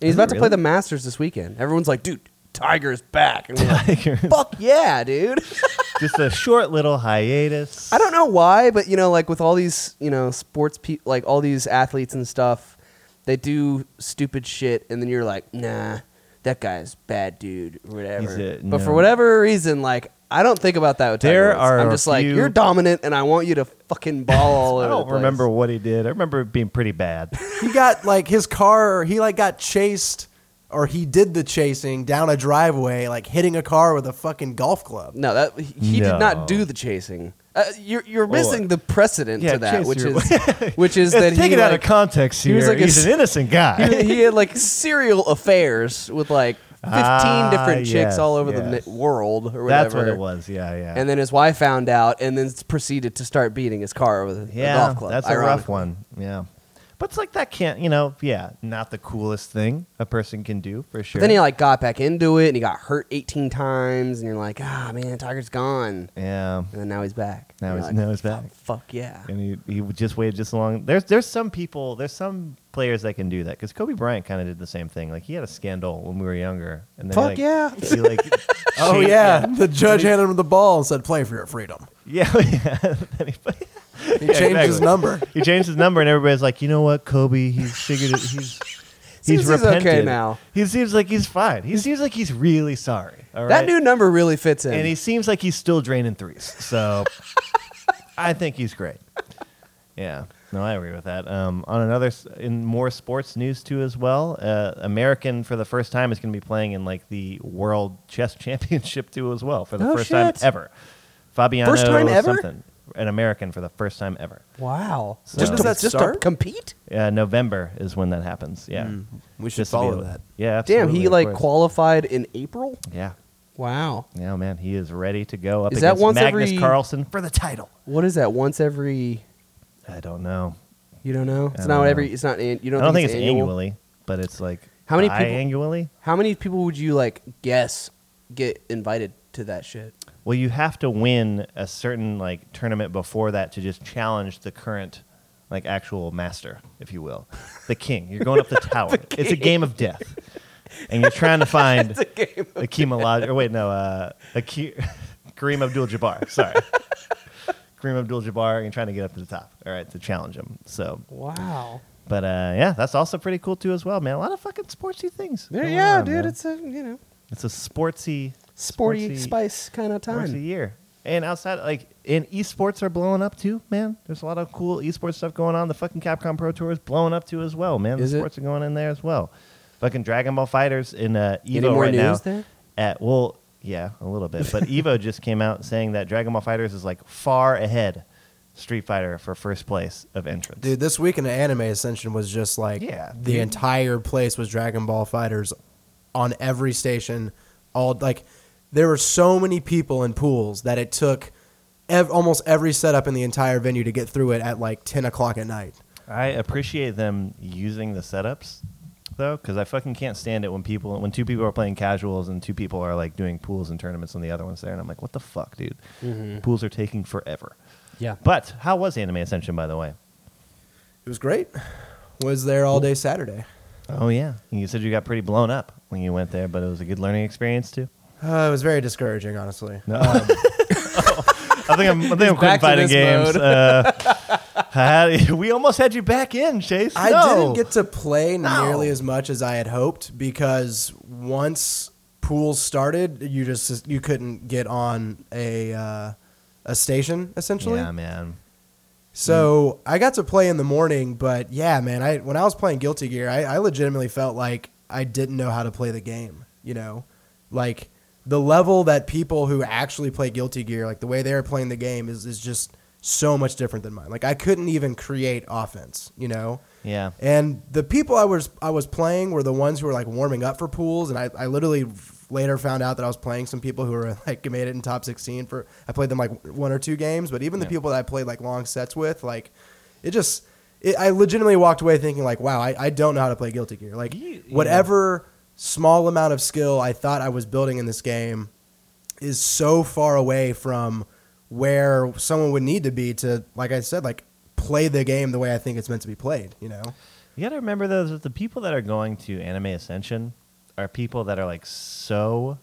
Speaker 4: And he's
Speaker 3: Is he
Speaker 4: about to play
Speaker 3: really?
Speaker 4: the Masters this weekend. Everyone's like, dude, Tiger's back. And we're like,
Speaker 3: (laughs) Tiger.
Speaker 4: Fuck yeah, dude. (laughs)
Speaker 3: just a short little hiatus.
Speaker 4: I don't know why, but you know, like with all these, you know, sports people, like all these athletes and stuff, they do stupid shit, and then you're like, nah, that guy's bad dude, or whatever.
Speaker 3: He's a-
Speaker 4: but for
Speaker 3: no.
Speaker 4: whatever reason, like I don't think about that. With Tiger
Speaker 3: There
Speaker 4: Woods.
Speaker 3: are
Speaker 4: I'm
Speaker 3: a
Speaker 4: just like,
Speaker 3: few-
Speaker 4: you're dominant, and I want you to
Speaker 3: (laughs)
Speaker 4: fucking ball all over.
Speaker 3: I
Speaker 4: the
Speaker 3: don't
Speaker 4: place.
Speaker 3: remember what he did. I remember it being pretty bad.
Speaker 5: He got like his car, he like got chased or he did the chasing down a driveway, like hitting a car with a fucking golf club.
Speaker 4: No, that he did
Speaker 3: No.
Speaker 4: not do the chasing. Uh, you're you're missing the precedent
Speaker 3: Yeah,
Speaker 4: to that,
Speaker 3: chase
Speaker 4: which
Speaker 3: your-
Speaker 4: is
Speaker 3: (laughs)
Speaker 4: which (laughs) is that
Speaker 3: It's
Speaker 4: he
Speaker 3: taken out of
Speaker 4: like-
Speaker 3: context
Speaker 4: he
Speaker 3: here.
Speaker 4: was like a
Speaker 3: he's
Speaker 4: s-
Speaker 3: an innocent guy.
Speaker 4: he, he
Speaker 3: (laughs)
Speaker 4: had like serial affairs with like 15
Speaker 3: Ah,
Speaker 4: different chicks
Speaker 3: yes,
Speaker 4: all over
Speaker 3: yes.
Speaker 4: the ni- world or whatever.
Speaker 3: That's what it was. Yeah, yeah.
Speaker 4: And then his wife found out and then s- proceeded to start beating his car with a-
Speaker 3: Yeah,
Speaker 4: a golf club.
Speaker 3: that's a
Speaker 4: ironically.
Speaker 3: rough one. Yeah, but it's like that can't you know? Yeah, not the coolest thing a person can do for
Speaker 4: But
Speaker 3: sure.
Speaker 4: then he like got back into it and he got hurt 18 times and you're like, ah man, Tiger's gone.
Speaker 3: yeah,
Speaker 4: And then now he's back.
Speaker 3: now
Speaker 4: You're
Speaker 3: he's
Speaker 4: like,
Speaker 3: now he's back,
Speaker 4: Fuck yeah.
Speaker 3: and he he just waited just as long. There's there's some people, there's some players that can do that because Kobe Bryant kind of did the same thing. Like he had a scandal when we were younger, and then
Speaker 4: Fuck
Speaker 3: like,
Speaker 4: yeah.
Speaker 3: he like
Speaker 4: (laughs)
Speaker 5: Oh
Speaker 3: changed-
Speaker 5: yeah, the judge handed him the ball and said, "Play for your freedom."
Speaker 3: yeah,
Speaker 4: (laughs)
Speaker 3: yeah. Then he,
Speaker 5: He changed his
Speaker 3: exactly.
Speaker 5: number.
Speaker 3: he changed his number, and everybody's like, you know what, Kobe? He's figured it.
Speaker 4: (laughs)
Speaker 3: He's
Speaker 4: Seems
Speaker 3: He's
Speaker 4: he's okay
Speaker 3: repented
Speaker 4: now.
Speaker 3: He seems like he's fine. He seems like he's really sorry. all
Speaker 4: That
Speaker 3: right?
Speaker 4: new number really fits in.
Speaker 3: and he seems like he's still draining threes.
Speaker 4: (laughs)
Speaker 3: So I think he's great. Yeah, no, I agree with that. Um, on another, s- in more sports news too, as well. Uh, American for the first time is going to be playing in like the World Chess (laughs) Championship too, as well, for the
Speaker 4: Oh,
Speaker 3: first time
Speaker 4: shit.
Speaker 3: ever. Fabiano
Speaker 4: First time ever?
Speaker 3: something, an American for the first time ever.
Speaker 4: wow.
Speaker 3: So-
Speaker 4: just
Speaker 3: When
Speaker 4: to,
Speaker 5: does that
Speaker 4: just to
Speaker 5: start?
Speaker 4: compete?
Speaker 3: Uh, November is when that happens. Yeah,
Speaker 5: Mm. We should
Speaker 3: Just to be
Speaker 5: follow
Speaker 3: able-
Speaker 5: that.
Speaker 3: Yeah,
Speaker 4: Damn,
Speaker 3: absolutely,
Speaker 4: he
Speaker 3: of
Speaker 4: like
Speaker 3: course.
Speaker 4: qualified in April?
Speaker 3: Yeah,
Speaker 4: Wow.
Speaker 3: yeah, man, he is ready to go up
Speaker 4: Is that
Speaker 3: against
Speaker 4: once
Speaker 3: Magnus
Speaker 4: every-
Speaker 3: Carlsen for the title.
Speaker 4: What is that? Once every
Speaker 3: I don't know.
Speaker 4: You don't know. It's
Speaker 3: I
Speaker 4: not
Speaker 3: don't
Speaker 4: every.
Speaker 3: know.
Speaker 4: It's not. an-
Speaker 3: I
Speaker 4: You don't.
Speaker 3: don't think, it's
Speaker 4: annual?
Speaker 3: annually, but it's like
Speaker 4: How many people-
Speaker 3: biannually?
Speaker 4: How many people would you like guess get invited to that shit? (laughs)
Speaker 3: Well, you have to win a certain like tournament before that to just challenge the current like actual master, if you will, the king. You're going up
Speaker 4: (laughs)
Speaker 3: the tower. It's a game of death, and you're trying to find a
Speaker 4: game
Speaker 3: Akeem Olaj- or wait, no, uh, Ake- (laughs) Kareem Abdul-Jabbar.
Speaker 4: (laughs)
Speaker 3: Sorry, Kareem Abdul-Jabbar, and you're trying to get up to the top. All right, to challenge him. So,
Speaker 4: Wow.
Speaker 3: but uh, yeah, that's also pretty cool too, as well, man. A lot of fucking sportsy things.
Speaker 4: Yeah,
Speaker 3: going
Speaker 4: yeah
Speaker 3: on,
Speaker 4: dude.
Speaker 3: man.
Speaker 4: It's a you know
Speaker 3: It's a sportsy,
Speaker 4: sporty spice kind of
Speaker 3: once a
Speaker 4: time.
Speaker 3: year. And outside, like, and esports are blowing up too, man. There's a lot of cool esports stuff going on. The fucking Capcom Pro Tour is blowing up too as well, man.
Speaker 4: Is it?
Speaker 3: the sports are going in there as well. Fucking Dragon Ball Fighters in uh, Evo
Speaker 4: Any more
Speaker 3: right now.
Speaker 4: news there?
Speaker 3: At well,
Speaker 4: (laughs)
Speaker 3: yeah, a little bit. But Evo just came out saying that Dragon Ball Fighters is like far ahead Street Fighter for first place of entrance.
Speaker 5: Dude, this week in anime ascension was just like
Speaker 3: Yeah,
Speaker 5: the
Speaker 3: dude.
Speaker 5: entire place was Dragon Ball Fighters on every station. All like there were so many people in pools that it took ev- almost every setup in the entire venue to get through it at like ten o'clock at night.
Speaker 3: I appreciate them using the setups though, because I fucking can't stand it when people when two people are playing casuals and two people are like doing pools and tournaments and the other one's there, and I'm like, what the fuck, dude?
Speaker 4: Mm-hmm.
Speaker 3: Pools are taking forever.
Speaker 4: Yeah.
Speaker 3: But how was Anime Ascension, by the way?
Speaker 5: It was great. Was there all day Saturday.
Speaker 3: Oh yeah, And you said you got pretty blown up when you went there, but it was a good learning experience too.
Speaker 5: Uh, it was very discouraging, honestly.
Speaker 3: (laughs) No. I think I'm, I think I'm quitting
Speaker 4: back to
Speaker 3: fighting
Speaker 4: this
Speaker 3: games.
Speaker 4: mode.
Speaker 3: Uh, (laughs) I had- we almost had you back in, Chase.
Speaker 5: I
Speaker 3: No.
Speaker 5: didn't get to play
Speaker 3: No.
Speaker 5: nearly as much as I had hoped because once pools started, you just you couldn't get on a uh, a station essentially.
Speaker 3: Yeah, man.
Speaker 5: So I got to play in the morning, but yeah, man, I when I was playing Guilty Gear, I, I legitimately felt like I didn't know how to play the game. You know, like the level that people who actually play Guilty Gear, like the way they're playing the game, is is just so much different than mine. Like I couldn't even create offense. You know.
Speaker 3: Yeah.
Speaker 5: And the people I was I was playing were the ones who were like warming up for pools, and I, I literally later found out that I was playing some people who were (laughs) like made it in top sixteen for I played them like one or two games, but even the
Speaker 3: Yeah.
Speaker 5: people that I played like long sets with, like it just it, I legitimately walked away thinking like wow I, I don't know how to play Guilty Gear like
Speaker 3: You- yeah.
Speaker 5: whatever small amount of skill I thought I was building in this game is so far away from where someone would need to be to like I said like play the game the way I think it's meant to be played you know.
Speaker 3: You got to remember though that the people that are going to Anime Ascension are people that are like so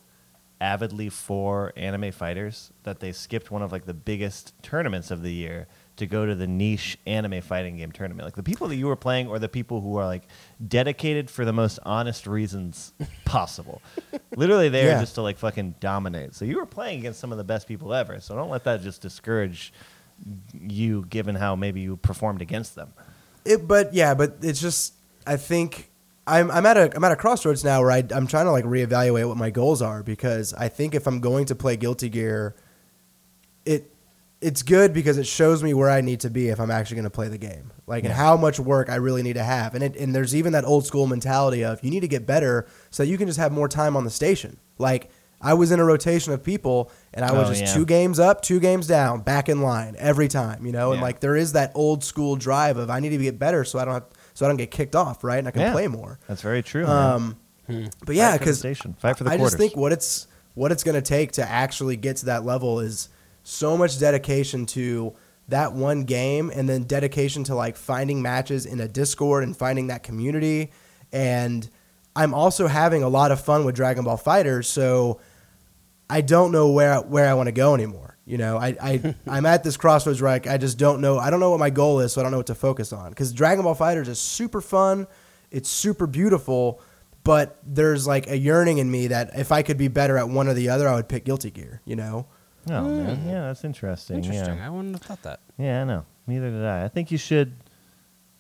Speaker 3: avidly for anime fighters that they skipped one of like the biggest tournaments of the year to go to the niche anime fighting game tournament. Like the people that you were playing or the people who are like dedicated for the most honest reasons (laughs) possible. Literally there
Speaker 5: Yeah.
Speaker 3: just to like fucking dominate. So you were playing against some of the best people ever. So don't let that just discourage you given how maybe you performed against them.
Speaker 5: It, but yeah, but it's just I think I'm I'm at a I'm at a crossroads now where I I'm trying to like reevaluate what my goals are because I think if I'm going to play Guilty Gear, it it's good because it shows me where I need to be if I'm actually going to play the game, like and how much work I really need to have, and it, and there's even that old school mentality of you need to get better so that you can just have more time on the station, like. I was in a rotation of people, and I was
Speaker 3: Oh,
Speaker 5: just
Speaker 3: yeah.
Speaker 5: two games up, two games down, back in line every time, you know. And
Speaker 3: Yeah.
Speaker 5: like there is that old school drive of I need to get better so I don't have, so I don't get kicked off, right? And I can
Speaker 3: Yeah.
Speaker 5: play more.
Speaker 3: That's very true. man.
Speaker 5: Um, but yeah,
Speaker 3: Fight for the
Speaker 5: because
Speaker 3: station. Fight for the
Speaker 5: I
Speaker 3: quarters.
Speaker 5: just think what it's what it's going to take to actually get to that level is so much dedication to that one game, and then dedication to like finding matches in a Discord and finding that community. And I'm also having a lot of fun with Dragon Ball Fighters, so I don't know where where I want to go anymore. You know, I,
Speaker 3: (laughs)
Speaker 5: I I'm at this crossroads where I, I just don't know. I don't know what my goal is, so I don't know what to focus on. Because Dragon Ball Fighters is super fun, it's super beautiful, but there's like a yearning in me that if I could be better at one or the other, I would pick Guilty Gear. You know,
Speaker 3: oh
Speaker 5: Mm.
Speaker 3: man, yeah, that's interesting.
Speaker 4: Interesting.
Speaker 3: Yeah.
Speaker 4: I wouldn't have thought that.
Speaker 3: yeah, I know. Neither did I. I think you should.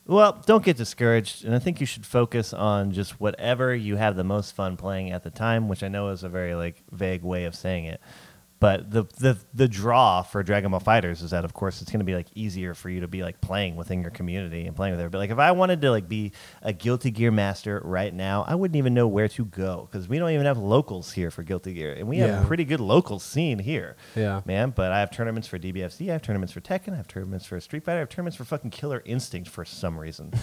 Speaker 3: Well, don't get discouraged, and I think you should focus on just whatever you have the most fun playing at the time, which I know is a very like vague way of saying it. But the the the draw for Dragon Ball Fighters is that, of course, it's going to be like easier for you to be like playing within your community and playing with everybody. Like, if I wanted to like be a Guilty Gear master right now, I wouldn't even know where to go because we don't even have locals here for Guilty Gear, and we have
Speaker 5: Yeah.
Speaker 3: a pretty good local scene here
Speaker 4: Yeah.
Speaker 3: man. But I have tournaments for DBFC, I have tournaments for Tekken, I have tournaments for Street Fighter, I have tournaments for fucking Killer Instinct for some
Speaker 4: (laughs)
Speaker 3: reason.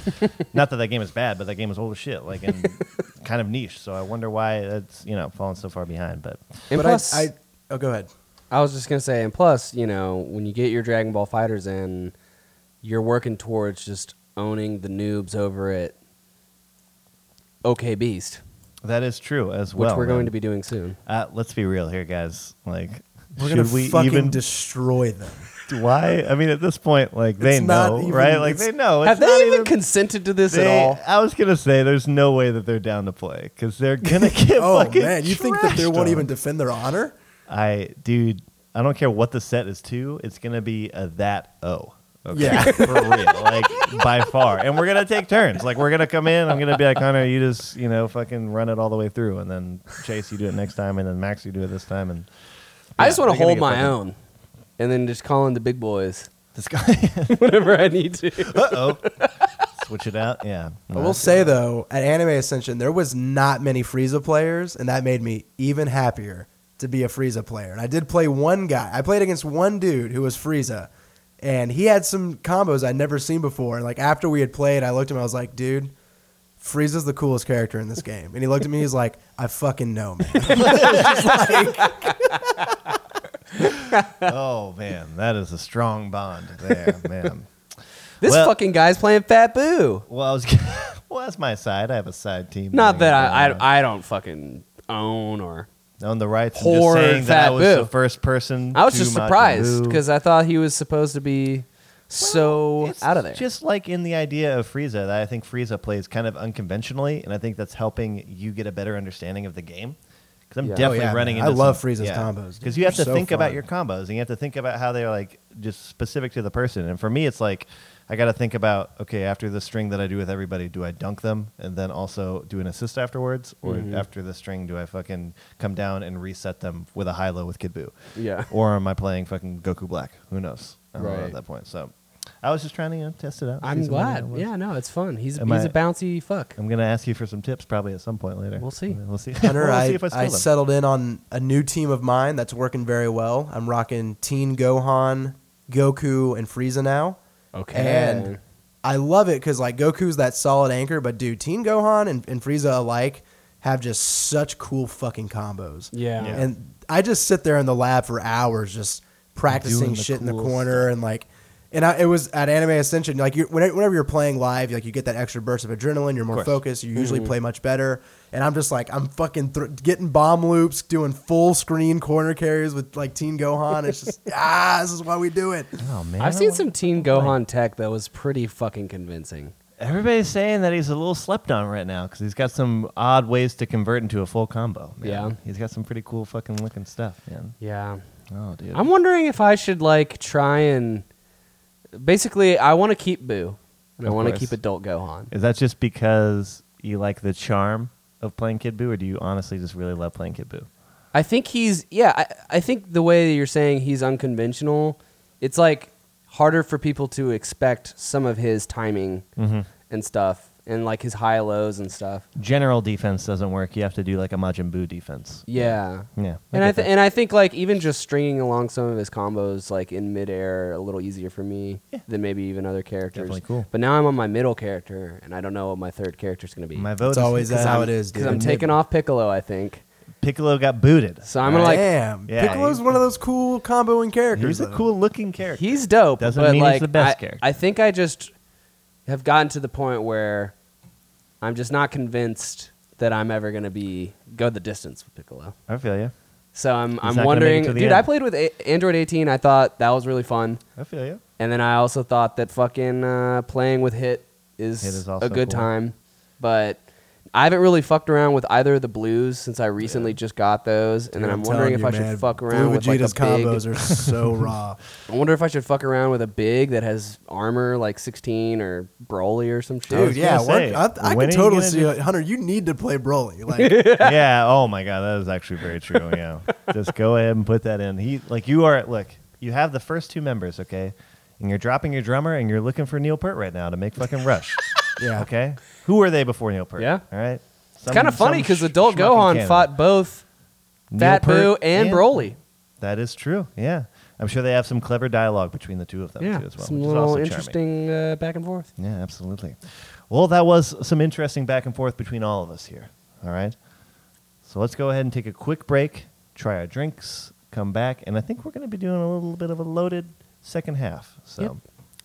Speaker 3: Not that that game is bad, but that game is old as shit, like and kind of niche. So I wonder why it's you know fallen so far behind. But
Speaker 4: And
Speaker 5: but
Speaker 4: plus,
Speaker 5: I, I oh go ahead.
Speaker 4: I was just gonna say, and plus, you know, when you get your Dragon Ball Fighters in, you're working towards just owning the noobs over at OK Beast,
Speaker 3: that is true as
Speaker 4: which
Speaker 3: well.
Speaker 4: we're going
Speaker 3: man.
Speaker 4: to be doing soon.
Speaker 3: Uh, let's be real here, guys. Like,
Speaker 5: We're
Speaker 3: should
Speaker 5: gonna
Speaker 3: we
Speaker 5: fucking
Speaker 3: even
Speaker 5: destroy them.
Speaker 3: (laughs) why? I mean, at this point, like they
Speaker 5: It's not
Speaker 3: know,
Speaker 5: even-
Speaker 3: right? Like
Speaker 5: it's-
Speaker 3: they know. It's
Speaker 4: have they
Speaker 3: not
Speaker 4: even, consented to this at
Speaker 3: they-
Speaker 4: all?
Speaker 3: I was gonna say, there's no way that they're down to play because
Speaker 5: (laughs)
Speaker 3: they're gonna get.
Speaker 5: Oh
Speaker 3: fucking
Speaker 5: man, you think that they
Speaker 3: trashed
Speaker 5: won't
Speaker 3: on.
Speaker 5: even defend their honor?
Speaker 3: I dude, I don't care what the set is to. It's gonna be a that o. Okay?
Speaker 5: Yeah.
Speaker 3: (laughs) for real, like by far. And we're gonna take turns. Like we're gonna come in. I'm gonna be like Connor, you just you know fucking run it all the way through, and then Chase, you do it next time, and then Max, you do it this time, and
Speaker 4: I just want
Speaker 3: they're
Speaker 4: to
Speaker 3: gonna
Speaker 4: hold
Speaker 3: get
Speaker 4: my
Speaker 3: fucking-
Speaker 4: own, and then just call in the big boys. (laughs)
Speaker 3: This guy. (laughs)
Speaker 4: whenever I need to.
Speaker 3: uh oh. Switch it out. Yeah.
Speaker 5: I will say though, at Anime Ascension, there was not many Frieza players, and that made me even happier to be a Frieza player. And I did play one guy. I played against one dude who was Frieza, and he had some combos I'd never seen before. And like after we had played, I looked at him. I was like, dude. Frieza's the coolest character in this game. And he looked at me, he's like, I fucking know, man.
Speaker 3: Oh man, that is a strong bond there, man.
Speaker 4: This
Speaker 3: Well-
Speaker 4: fucking guy's playing Fat Boo.
Speaker 3: Well, I was. (laughs) well, that's my side. I have a side team.
Speaker 4: Not
Speaker 3: thing
Speaker 4: that I,
Speaker 3: going on.
Speaker 4: I I don't fucking own or.
Speaker 3: on the rights. I'm just
Speaker 4: Poor
Speaker 3: saying that I
Speaker 4: Fat
Speaker 3: was
Speaker 4: Boo.
Speaker 3: the first person.
Speaker 4: I was
Speaker 3: to
Speaker 4: just
Speaker 3: Majin
Speaker 4: surprised
Speaker 3: Buu.
Speaker 4: because I thought he was supposed to be so
Speaker 3: It's
Speaker 4: out of there.
Speaker 3: Just like in the idea of Frieza, that I think Frieza plays kind of unconventionally, and I think that's helping you get a better understanding of the game. Because I'm
Speaker 4: Yeah. Oh,
Speaker 3: definitely
Speaker 5: yeah,
Speaker 3: running
Speaker 5: man. I
Speaker 3: into.
Speaker 5: love
Speaker 3: some-
Speaker 5: Frieza's combos, dude.
Speaker 3: because you have
Speaker 5: They're
Speaker 3: to
Speaker 5: so
Speaker 3: think about
Speaker 5: fun.
Speaker 3: your combos, and you have to think about how they're like just specific to the person. And for me, it's like I got to think about okay, after the string that I do with everybody, do I dunk them and then also do an assist afterwards, or
Speaker 4: Mm-hmm.
Speaker 3: after the string, do I fucking come down and reset them with a high low with Kid Buu?
Speaker 4: Yeah.
Speaker 3: Or am I playing fucking Goku Black? Who knows? I don't know
Speaker 4: Right.
Speaker 3: at that point. So I was just trying to you know, test it out. see
Speaker 4: I'm
Speaker 3: some money
Speaker 4: glad.
Speaker 3: that was.
Speaker 4: Yeah, no, it's fun. He's
Speaker 3: Am
Speaker 4: he's
Speaker 3: I-
Speaker 4: a bouncy fuck.
Speaker 3: I'm gonna ask you for some tips probably at some point later.
Speaker 4: We'll see.
Speaker 3: We'll see. (laughs)
Speaker 5: Hunter,
Speaker 3: we'll
Speaker 5: I,
Speaker 3: see if (laughs) I, steal
Speaker 5: I
Speaker 3: them.
Speaker 5: settled in on a new team of mine that's working very well. I'm rocking Teen Gohan, Goku, and Frieza now. And I love it because like Goku's that solid anchor, but dude, Teen Gohan and, and Frieza alike have just such cool fucking combos.
Speaker 4: Yeah. Yeah.
Speaker 5: And I just sit there in the lab for hours just practicing
Speaker 3: Doing the
Speaker 5: shit in the
Speaker 3: cool
Speaker 5: corner and like and I, it was at Anime Ascension. Like you, whenever, whenever you're playing live, like you get that extra burst of adrenaline. You're more
Speaker 3: course. Mm-hmm.
Speaker 5: focused. You usually play much better. And I'm just like I'm fucking thr getting bomb loops, doing full screen corner carries with like Teen Gohan. It's just (laughs) ah, this is why we do it.
Speaker 3: Oh man,
Speaker 4: I've
Speaker 3: I
Speaker 4: seen
Speaker 3: want-
Speaker 4: some Teen Gohan tech that was pretty fucking convincing.
Speaker 3: Everybody's saying that he's a little slept on right now because he's got some odd ways to convert into a full combo. man.
Speaker 4: Yeah.
Speaker 3: he's got some pretty cool fucking looking stuff, man.
Speaker 4: Yeah.
Speaker 3: Oh, dude.
Speaker 4: I'm wondering if I should like try and basically I want to keep Boo and I
Speaker 3: Of
Speaker 4: want to
Speaker 3: course.
Speaker 4: keep adult Gohan.
Speaker 3: Is that just because you like the charm of playing Kid Buu, or do you honestly just really love playing Kid Buu?
Speaker 4: I think he's yeah, I, I think the way that you're saying he's unconventional, it's like harder for people to expect some of his timing
Speaker 3: Mm-hmm.
Speaker 4: and stuff and like his high lows and stuff.
Speaker 3: General defense doesn't work. You have to do like a Majin Buu defense.
Speaker 4: Yeah.
Speaker 3: Yeah, Mm-hmm.
Speaker 4: and I
Speaker 3: get
Speaker 4: th-
Speaker 3: that.
Speaker 4: and I think like even just stringing along some of his combos like in midair a little easier for me
Speaker 3: Yeah.
Speaker 4: than maybe even other characters.
Speaker 3: Definitely cool.
Speaker 4: But now I'm on my middle character and I don't know what my third character's gonna be.
Speaker 3: my vote
Speaker 5: It's
Speaker 3: is
Speaker 5: always
Speaker 3: because
Speaker 5: how
Speaker 3: I'm-
Speaker 5: it is, dude.
Speaker 4: because I'm taking off Piccolo, I think.
Speaker 3: Piccolo got booted.
Speaker 4: So I'm gonna like
Speaker 5: Damn,
Speaker 3: Yeah,
Speaker 5: Piccolo's
Speaker 3: he-
Speaker 5: one of those cool comboing characters.
Speaker 3: He's a
Speaker 5: though.
Speaker 3: cool looking character.
Speaker 4: he's dope.
Speaker 3: Doesn't
Speaker 4: but
Speaker 3: mean he's
Speaker 4: like,
Speaker 3: the best
Speaker 4: I,
Speaker 3: character.
Speaker 4: I think I just have gotten to the point where I'm just not convinced that I'm ever gonna be go the distance with Piccolo.
Speaker 3: I feel you.
Speaker 4: So I'm
Speaker 3: not
Speaker 4: I'm
Speaker 3: gonna make
Speaker 4: wondering,
Speaker 3: it to
Speaker 4: dude.
Speaker 3: the
Speaker 4: I
Speaker 3: end.
Speaker 4: played with a- Android 18. I thought that was really fun.
Speaker 3: I feel
Speaker 4: (laughs)
Speaker 3: you.
Speaker 4: And then I also thought that fucking uh, playing with Hit is,
Speaker 3: Hit is also
Speaker 4: a good
Speaker 3: cool.
Speaker 4: time. But I haven't really fucked around with either of the blues since I recently just got those. And then I'm, wondering if I should fuck around
Speaker 5: Blue
Speaker 4: with like a
Speaker 5: Vegeta's combos (laughs)
Speaker 4: big.
Speaker 5: are so raw.
Speaker 4: I wonder if I should fuck around with a big that has armor like 16 or Broly or some shit.
Speaker 5: Dude,
Speaker 3: was
Speaker 5: yeah,
Speaker 3: gonna
Speaker 5: we're-
Speaker 3: say,
Speaker 5: I, I
Speaker 3: when
Speaker 5: can
Speaker 3: are you
Speaker 5: totally
Speaker 3: gonna
Speaker 5: see
Speaker 3: do-
Speaker 5: it. Hunter. You need to play (laughs) Broly. Like,
Speaker 3: yeah. Oh my god, that is actually very true.
Speaker 4: (laughs)
Speaker 3: Yeah. Just go ahead and put that in. He like you are look, you have the first two members, okay? And you're dropping your drummer and you're looking for Neil Peart right now to make fucking
Speaker 4: (laughs)
Speaker 3: Rush.
Speaker 5: yeah,
Speaker 3: Okay? Who were they before Neil Peart?
Speaker 4: Yeah.
Speaker 3: All right.
Speaker 4: It's kind of funny because
Speaker 3: because
Speaker 4: Adult Gohan fought both Fat Boo and Broly.
Speaker 3: That is true. Yeah. I'm sure they have some clever dialogue between the two of them
Speaker 4: Yeah,
Speaker 3: too as well.
Speaker 4: some
Speaker 3: which is
Speaker 4: little
Speaker 3: also charming.
Speaker 4: interesting uh, back and forth.
Speaker 3: Yeah, absolutely. Well, that was some interesting back and forth between all of us here. All right. So let's go ahead and take a quick break, try our drinks, come back, and I think we're going to be doing a little bit of a loaded second half. So
Speaker 4: Yep.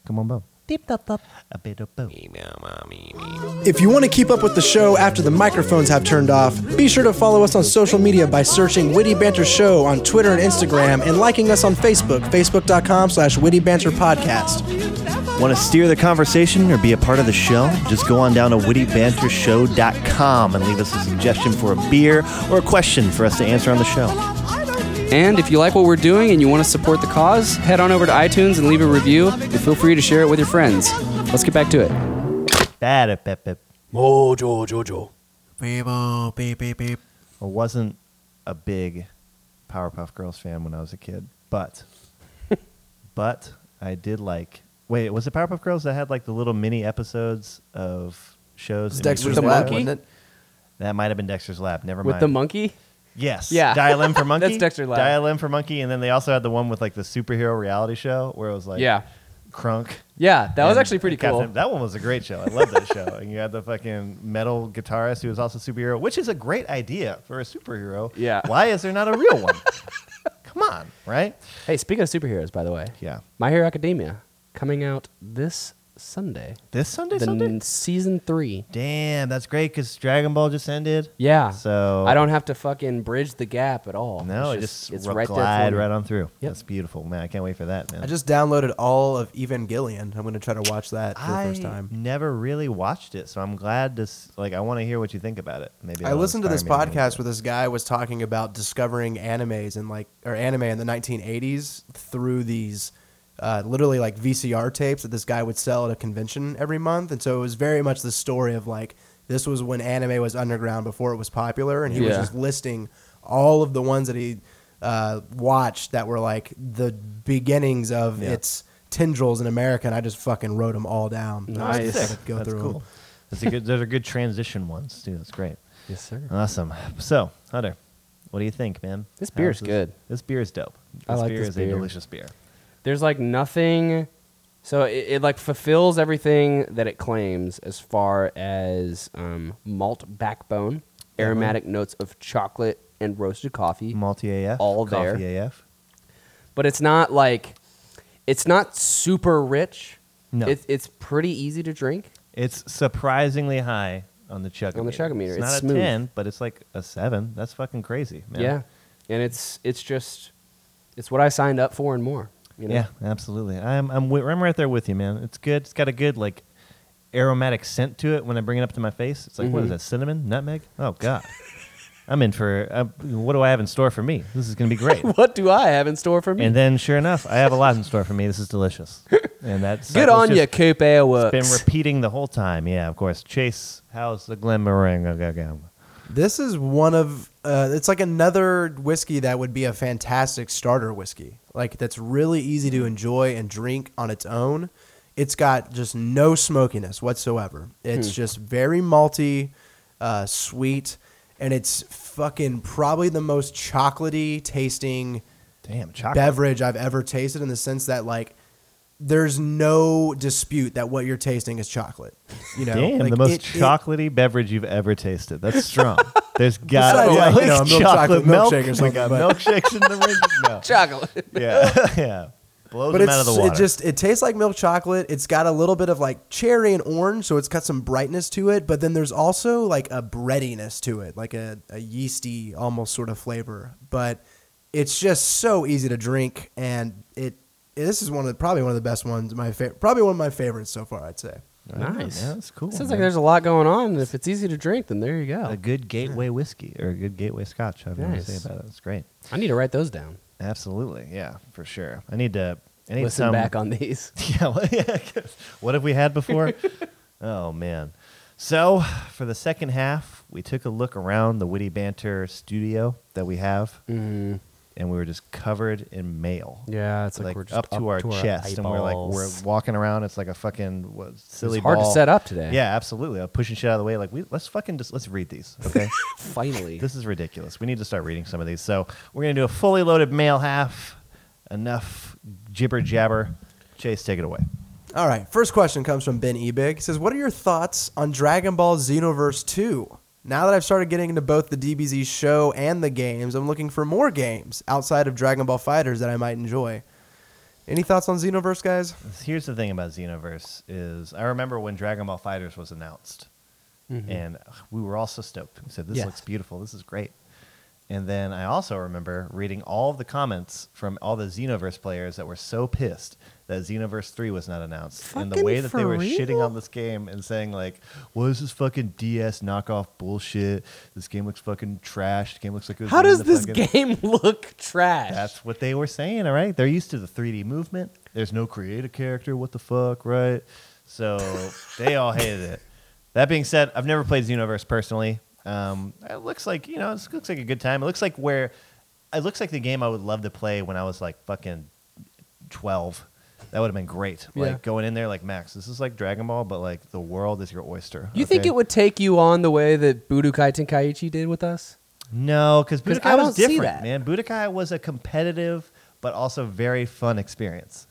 Speaker 3: come on, Bo. Deep up up. A bit of Bo.
Speaker 5: If you want to keep up with the show after the microphones have turned off, be sure to follow us on social media by searching Witty Banter Show on Twitter and Instagram and liking us on Facebook, facebook.com slash Witty Banter Podcast.
Speaker 3: Want to steer the conversation or be a part of the show? Just go on down to wittybantershow.com and leave us a suggestion for a beer or a question for us to answer on the show.
Speaker 4: And if you like what we're doing and you want to support the cause, head on over to iTunes and leave a review, and feel free to share it with your friends. Let's get back to it.
Speaker 3: Bad at pep pep.
Speaker 5: Oh,
Speaker 2: Mojo Jojo.
Speaker 4: oh,
Speaker 3: I wasn't a
Speaker 4: (laughs)
Speaker 3: big Powerpuff Girls fan when I was a kid, but but I did like. Wait, was it Powerpuff Girls that had like the little mini episodes of shows?
Speaker 5: It's
Speaker 3: that we-
Speaker 5: Dexter's
Speaker 4: the
Speaker 5: Lab,
Speaker 4: monkey?
Speaker 5: wasn't it?
Speaker 3: That might have been Dexter's Lab. Never
Speaker 4: with
Speaker 3: mind.
Speaker 4: the monkey.
Speaker 3: Yes.
Speaker 4: Yeah. (laughs)
Speaker 3: Dial M for Monkey.
Speaker 4: That's Dexter Lab.
Speaker 3: Dial M for Monkey, and then they also had the one with like the superhero reality show where it was like
Speaker 4: yeah,
Speaker 3: Crunk.
Speaker 4: yeah, that was
Speaker 3: and
Speaker 4: actually pretty
Speaker 3: Captain-
Speaker 4: cool.
Speaker 3: That one was a great show. I love that show. And you had the fucking metal guitarist who was also a superhero, which is a great idea for a superhero.
Speaker 4: Yeah.
Speaker 3: Why is there not a real one? Come on, right?
Speaker 4: Hey, speaking of superheroes, by the way,
Speaker 3: Yeah.
Speaker 4: My Hero Academia coming out this Sunday,
Speaker 3: This Sunday,
Speaker 4: the
Speaker 3: Sunday.
Speaker 4: n- season three.
Speaker 3: Damn, that's great because Dragon Ball just ended.
Speaker 4: Yeah,
Speaker 3: So
Speaker 4: I don't have to fucking bridge the gap at all.
Speaker 3: No, it just
Speaker 4: it's
Speaker 3: ru-
Speaker 4: right
Speaker 3: glide
Speaker 4: there. For me.
Speaker 3: right on through.
Speaker 4: Yep.
Speaker 3: That's beautiful, man. I can't wait for that, man.
Speaker 5: I just downloaded all of Evangelion. I'm going to try to watch that for the first
Speaker 3: I
Speaker 5: time.
Speaker 3: never really watched it, so I'm glad to s- like. I want to hear what you think about it. Maybe
Speaker 5: I
Speaker 3: that'll
Speaker 5: listened to this
Speaker 3: inspire me
Speaker 5: podcast where this guy was talking about discovering animes and like or anime in the 1980s through these uh, literally like VCR tapes that this guy would sell at a convention every month, and so it was very much the story of like this was when anime was underground before it was popular, and he was
Speaker 4: Yeah.
Speaker 5: just listing all of the ones that he uh, watched that were like the beginnings of
Speaker 3: Yeah.
Speaker 5: its tendrils in America, and I just fucking wrote them all down. I was
Speaker 4: Nice.
Speaker 5: just like, Go
Speaker 3: That's
Speaker 5: through 'em.
Speaker 3: cool. That's a good. Those are good transition ones too. That's great.
Speaker 4: Yes, sir.
Speaker 3: Awesome. So, Hunter, what do you think, man?
Speaker 4: This beer's
Speaker 3: How's
Speaker 4: good.
Speaker 3: This beer is dope. This
Speaker 4: I like
Speaker 3: beer
Speaker 4: this
Speaker 3: is
Speaker 4: beer.
Speaker 3: a delicious beer.
Speaker 4: there's like nothing so it, it like fulfills everything that it claims as far as um, malt backbone aromatic notes of chocolate and roasted coffee
Speaker 3: Malty AF.
Speaker 4: All there.
Speaker 3: Coffee AF.
Speaker 4: but it's not like it's not super rich
Speaker 3: No.
Speaker 4: It- it's pretty easy to drink
Speaker 3: It's surprisingly high on the chuck.
Speaker 4: On the Chugga-meter.
Speaker 3: It's,
Speaker 4: It's
Speaker 3: not
Speaker 4: smooth.
Speaker 3: a ten, but it's like a seven. That's fucking crazy, man.
Speaker 4: yeah and it's it's just it's what i signed up for and more you know?
Speaker 3: Yeah, absolutely. I'm I'm wi- I'm right there with you, man. It's good. It's got a good like aromatic scent to it when I bring it up to my face. It's like what
Speaker 4: Mhm.
Speaker 3: is that? Cinnamon, nutmeg? Oh god. (laughs) I'm in for uh, what do I have in store for me? This is going to be great.
Speaker 4: (laughs) what do i have in store for me
Speaker 3: and then sure enough, I have a lot in store for me. This is delicious. And
Speaker 5: (laughs)
Speaker 3: that's
Speaker 4: good on you coupe Airworks.
Speaker 3: Been repeating the whole time. Yeah, of course. Chase, how's the glimmering?
Speaker 5: This is one of uh, it's like another whiskey that would be a fantastic starter whiskey. Like that's really easy to enjoy and drink on its own. It's got just no smokiness whatsoever. It's
Speaker 3: Hmm.
Speaker 5: just very malty, uh, sweet, and it's fucking probably the most chocolatey tasting
Speaker 3: Damn, chocolate.
Speaker 5: beverage I've ever tasted in the sense that like there's no dispute that what you're tasting is chocolate. You know,
Speaker 3: Damn,
Speaker 5: Like,
Speaker 3: the most
Speaker 5: it- it-
Speaker 3: chocolatey beverage you've ever tasted. That's
Speaker 5: (laughs)
Speaker 3: strong. There's got to
Speaker 5: Besides,
Speaker 3: be
Speaker 5: like,
Speaker 3: at
Speaker 5: you know,
Speaker 3: least
Speaker 5: a milk
Speaker 3: chocolate
Speaker 5: chocolate
Speaker 3: milk.
Speaker 5: milkshake
Speaker 3: (laughs)
Speaker 5: or
Speaker 3: we
Speaker 5: something,
Speaker 3: got
Speaker 5: but-
Speaker 3: milkshakes in the
Speaker 5: (laughs)
Speaker 3: ring.
Speaker 4: (laughs) chocolate
Speaker 3: No. Yeah, (laughs) yeah. Blows
Speaker 5: But
Speaker 3: them
Speaker 5: it's
Speaker 3: out of the water.
Speaker 5: it just it tastes like milk chocolate. It's got a little bit of like cherry and orange, so it's got some brightness to it. But then there's also like a breadiness to it, like a, a yeasty almost sort of flavor. But it's just so easy to drink, and it this is one of the, probably one of the best ones. My favorite, probably one of my favorites so far. I'd say.
Speaker 4: nice
Speaker 3: Yeah, that's cool,
Speaker 4: sounds like
Speaker 3: man.
Speaker 4: there's a lot going on and if it's easy to drink then there you go
Speaker 3: a good gateway whiskey or a good gateway scotch. I've never
Speaker 4: Nice.
Speaker 3: say about it. It's great.
Speaker 4: I need to write those down.
Speaker 3: Absolutely. Yeah, for sure. I need to. I need
Speaker 4: Listen
Speaker 3: some,
Speaker 4: back
Speaker 3: (laughs)
Speaker 4: on these.
Speaker 3: Yeah, well, yeah. 'cause What have we had
Speaker 4: (laughs)
Speaker 3: before? oh man. So for the second half, we took a look around the witty banter studio that we have, and we were just covered in mail.
Speaker 4: Mm-hmm. Yeah, it's
Speaker 3: up to our chest, and we're like we're walking around. It's like a fucking what, silly.
Speaker 4: hard to
Speaker 3: ball.
Speaker 4: set up today.
Speaker 3: Yeah, absolutely. I'm pushing shit out of the way. Like we let's fucking just let's read these.
Speaker 4: (laughs)
Speaker 3: Okay.
Speaker 4: finally.
Speaker 3: This is ridiculous. We need to start reading some of these. So we're gonna do a fully loaded male half. Enough jibber jabber. Chase, take it away.
Speaker 5: All right. First question comes from Ben Ebig. He says, "What are your thoughts on Dragon Ball Xenoverse 2? Now that I've started getting into both the DBZ show and the games, I'm looking for more games outside of Dragon Ball Fighters that I might enjoy. Any thoughts on Xenoverse, guys?
Speaker 3: Here's the thing about Xenoverse is I remember when Dragon Ball Fighters was announced,
Speaker 4: Mm-hmm.
Speaker 3: and we were all so stoked. We said, "This
Speaker 4: Yes.
Speaker 3: looks beautiful. This is great." And then I also remember reading all of the comments from all the Xenoverse players that were so pissed that Xenoverse 3 was not announced. and the
Speaker 4: Fucking
Speaker 3: way that they
Speaker 4: for
Speaker 3: were shitting
Speaker 4: real?
Speaker 3: on this game and saying, like, what is this fucking DS knockoff bullshit? This game looks fucking trash. The game looks like it was
Speaker 4: How
Speaker 3: made in
Speaker 4: does
Speaker 3: the
Speaker 4: this
Speaker 3: fucking-
Speaker 4: game (laughs) look trash?
Speaker 3: that's what they were saying, all right? They're used to the 3D movement. There's no creative character. What the fuck, right?
Speaker 4: (laughs)
Speaker 3: So they all hated it. That being said, I've never played Xenoverse personally. Um, it looks like, you know, it looks like a good time. It looks like where, it looks like the game I would love to play when I was like fucking 12 That would have been great. Like
Speaker 4: Yeah.
Speaker 3: going in there, like Max, this is like Dragon Ball, but like the world is your oyster.
Speaker 4: You think
Speaker 3: okay?
Speaker 4: it would take you on the way that Budokai Tenkaichi did with us?
Speaker 3: No, because
Speaker 4: 'Cause
Speaker 3: Budokai
Speaker 4: I don't
Speaker 3: was
Speaker 4: see
Speaker 3: different,
Speaker 4: that.
Speaker 3: man. Budokai was a competitive but also very fun experience.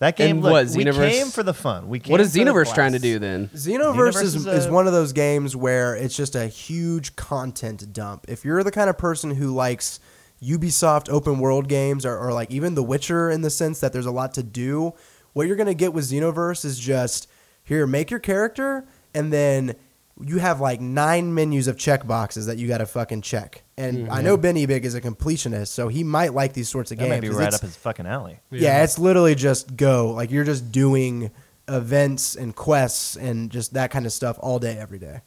Speaker 3: That
Speaker 4: And
Speaker 3: game look,
Speaker 4: what,
Speaker 3: we
Speaker 4: Xenoverse-
Speaker 3: came for the fun. We came
Speaker 4: what is
Speaker 3: for the
Speaker 4: Xenoverse trying to
Speaker 3: blast.
Speaker 4: do then?
Speaker 5: Xenoverse
Speaker 3: Xenoverse
Speaker 5: is,
Speaker 3: is
Speaker 5: is,
Speaker 3: a-
Speaker 5: one of those games where it's just a huge content dump. If you're the kind of person who likes Ubisoft open world games or, or like even The Witcher in the sense that there's a lot to do, what you're going to get with Xenoverse is just here, make your character, and then you have like nine menus of check boxes that you got to fucking check. And I know Benny Big is a completionist, so he might like these sorts of
Speaker 3: Mm, That
Speaker 5: games.
Speaker 3: might be
Speaker 5: 'cause
Speaker 3: right
Speaker 5: it's-
Speaker 3: up his fucking alley.
Speaker 5: yeah. it's literally just go. Like you're just doing events and quests and just that kind of stuff all day, every day.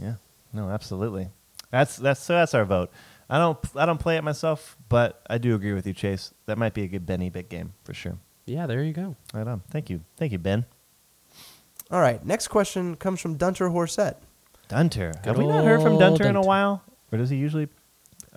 Speaker 3: Yeah. No, absolutely. That's that's so that's our vote. I don't I don't play it myself, but I do agree with you, Chase. That might be a good Benny big game for sure.
Speaker 4: Yeah, there you go.
Speaker 3: Right on. Thank you. Thank you, Ben.
Speaker 5: All right. Next question comes from Dunter Horset.
Speaker 3: Dunter.
Speaker 4: Good
Speaker 3: Have we not heard from
Speaker 4: ol'
Speaker 3: Dunter, in a
Speaker 4: Dunter.
Speaker 3: while? Or does he usually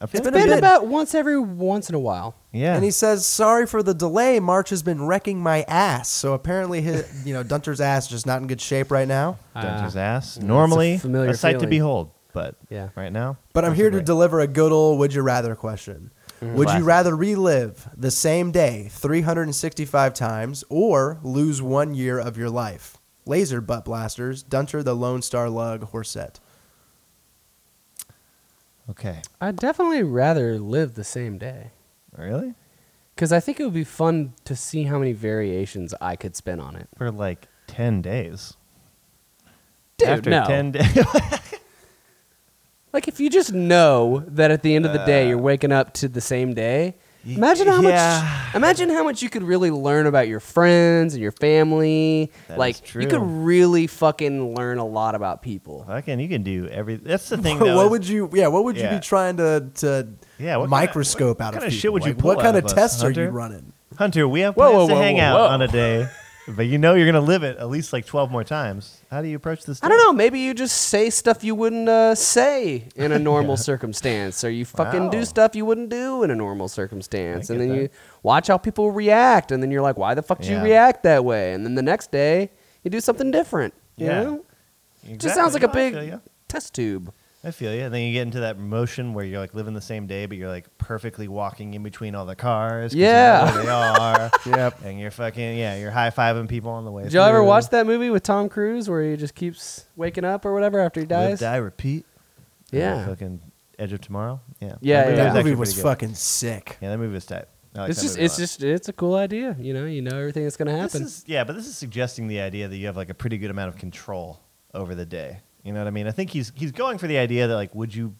Speaker 3: I feel
Speaker 5: It's
Speaker 3: like
Speaker 5: been a
Speaker 4: Been
Speaker 5: bit.
Speaker 4: about once every once in a while.
Speaker 3: Yeah.
Speaker 5: And he says, "Sorry for the delay. March has been wrecking my ass." So
Speaker 3: (laughs)
Speaker 5: apparently, his, you know, Dunter's ass is just not in good shape right now.
Speaker 3: Dunter's
Speaker 4: Ah.
Speaker 3: ass.
Speaker 4: Yeah, it's a
Speaker 3: Normally,
Speaker 4: familiar
Speaker 3: a, sight to
Speaker 4: feeling.
Speaker 3: behold, but
Speaker 4: Yeah.
Speaker 3: right now.
Speaker 5: But I'm
Speaker 3: things
Speaker 5: here
Speaker 3: are
Speaker 5: to
Speaker 3: great. Mm-hmm.
Speaker 5: deliver a good old "Would you rather" question. Would
Speaker 3: Classic.
Speaker 5: you rather relive the same day 365 times or lose one year of your life? Laser butt blasters, Dunter the Lone Star Lug Horset.
Speaker 3: Okay,
Speaker 4: I'd definitely rather live the same day.
Speaker 3: really?
Speaker 4: Because I think it would be fun to see how many variations I could spin on it.
Speaker 3: For like ten days.
Speaker 4: Dude,
Speaker 3: After
Speaker 4: no.
Speaker 3: ten days, (laughs)
Speaker 4: Like, if you just know that at the end of the day you're waking up to the same day,
Speaker 3: Uh, Y-
Speaker 4: imagine how
Speaker 3: yeah.
Speaker 4: much imagine how much you could really learn about your friends and your family.
Speaker 3: That
Speaker 4: like,
Speaker 3: is
Speaker 4: you
Speaker 3: true.
Speaker 4: could really fucking learn a lot about people.
Speaker 3: fucking, you can do every. That's the thing. though,
Speaker 5: (laughs) what
Speaker 3: is-
Speaker 5: would you? Yeah, what would you
Speaker 3: Yeah.
Speaker 5: be trying to to
Speaker 3: Yeah, what kinda-
Speaker 5: microscope
Speaker 3: what
Speaker 5: out of?
Speaker 3: kinda shit
Speaker 5: people?
Speaker 3: would you
Speaker 5: Like,
Speaker 3: pull
Speaker 5: What
Speaker 3: out
Speaker 5: kind
Speaker 3: of
Speaker 5: of
Speaker 3: us,
Speaker 5: tests are you
Speaker 3: Hunter?
Speaker 5: running?
Speaker 3: Hunter? We have
Speaker 4: Whoa,
Speaker 3: plans
Speaker 4: whoa,
Speaker 3: to
Speaker 4: whoa,
Speaker 3: hang
Speaker 4: whoa,
Speaker 3: out
Speaker 4: whoa.
Speaker 3: on a
Speaker 4: (laughs)
Speaker 3: day, but you know you're gonna live it at least like twelve more times. How do you approach this?
Speaker 4: I don't know. Maybe you just say stuff you wouldn't uh, say
Speaker 3: (laughs)
Speaker 4: in a normal circumstance, or you fucking
Speaker 3: Wow.
Speaker 4: do stuff you wouldn't do in a normal circumstance,
Speaker 3: I
Speaker 4: and
Speaker 3: get
Speaker 4: then
Speaker 3: that.
Speaker 4: you watch how people react, and then you're like, "Why the fuck did
Speaker 3: Yeah.
Speaker 4: you react that way?" And then the next day, you do something different. You
Speaker 3: Yeah.
Speaker 4: know?
Speaker 3: know.
Speaker 4: It just sounds like a
Speaker 3: I feel
Speaker 4: big
Speaker 3: you.
Speaker 4: test tube.
Speaker 3: I feel you. And then you get into that motion where you're like living the same day, but you're like perfectly walking in between all the cars. 'cause you know
Speaker 4: Yeah.
Speaker 3: where they
Speaker 4: (laughs)
Speaker 3: are.
Speaker 5: Yep.
Speaker 3: And you're fucking yeah, you're high fiving people on the way.
Speaker 4: Did y'all ever
Speaker 3: through.
Speaker 4: watch that movie with Tom Cruise where he just keeps waking up or whatever after he
Speaker 3: Live,
Speaker 4: dies?
Speaker 3: die, repeat.
Speaker 4: Yeah.
Speaker 3: Fucking Edge of Tomorrow. Yeah.
Speaker 4: Yeah,
Speaker 3: movie
Speaker 4: yeah.
Speaker 5: That
Speaker 3: actually
Speaker 5: movie was
Speaker 3: pretty good.
Speaker 5: fucking sick.
Speaker 3: Yeah, that movie was tight. I liked
Speaker 4: It's
Speaker 3: that
Speaker 4: just,
Speaker 3: movie a
Speaker 4: it's
Speaker 3: lot.
Speaker 4: just, it's a cool idea. You know, you know everything that's gonna
Speaker 3: This
Speaker 4: happen.
Speaker 3: is, yeah, but this is suggesting the idea that you have like a pretty good amount of control over the day. You know what I mean? I think he's he's going for the idea that like, would you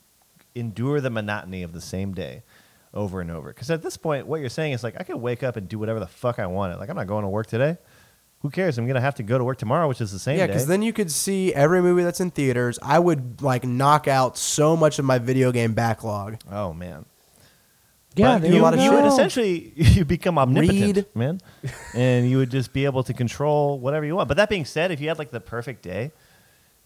Speaker 3: endure the monotony of the same day over and over? Because at this point, what you're saying is like, I could wake up and do whatever the fuck I wanted. Like, I'm not going to work today. Who cares? I'm gonna have to go to work tomorrow, which is the same
Speaker 5: Yeah,
Speaker 3: day.
Speaker 5: because then you could see every movie that's in theaters. I would like knock out so much of my video game backlog.
Speaker 3: oh man.
Speaker 4: yeah,
Speaker 3: But
Speaker 5: there
Speaker 4: you,
Speaker 3: you,
Speaker 5: a lot of
Speaker 3: you
Speaker 5: shit.
Speaker 3: would essentially (laughs) you become omnipotent,
Speaker 5: Read.
Speaker 3: man, and you would just be able to control whatever you want. But that being said, if you had like the perfect day,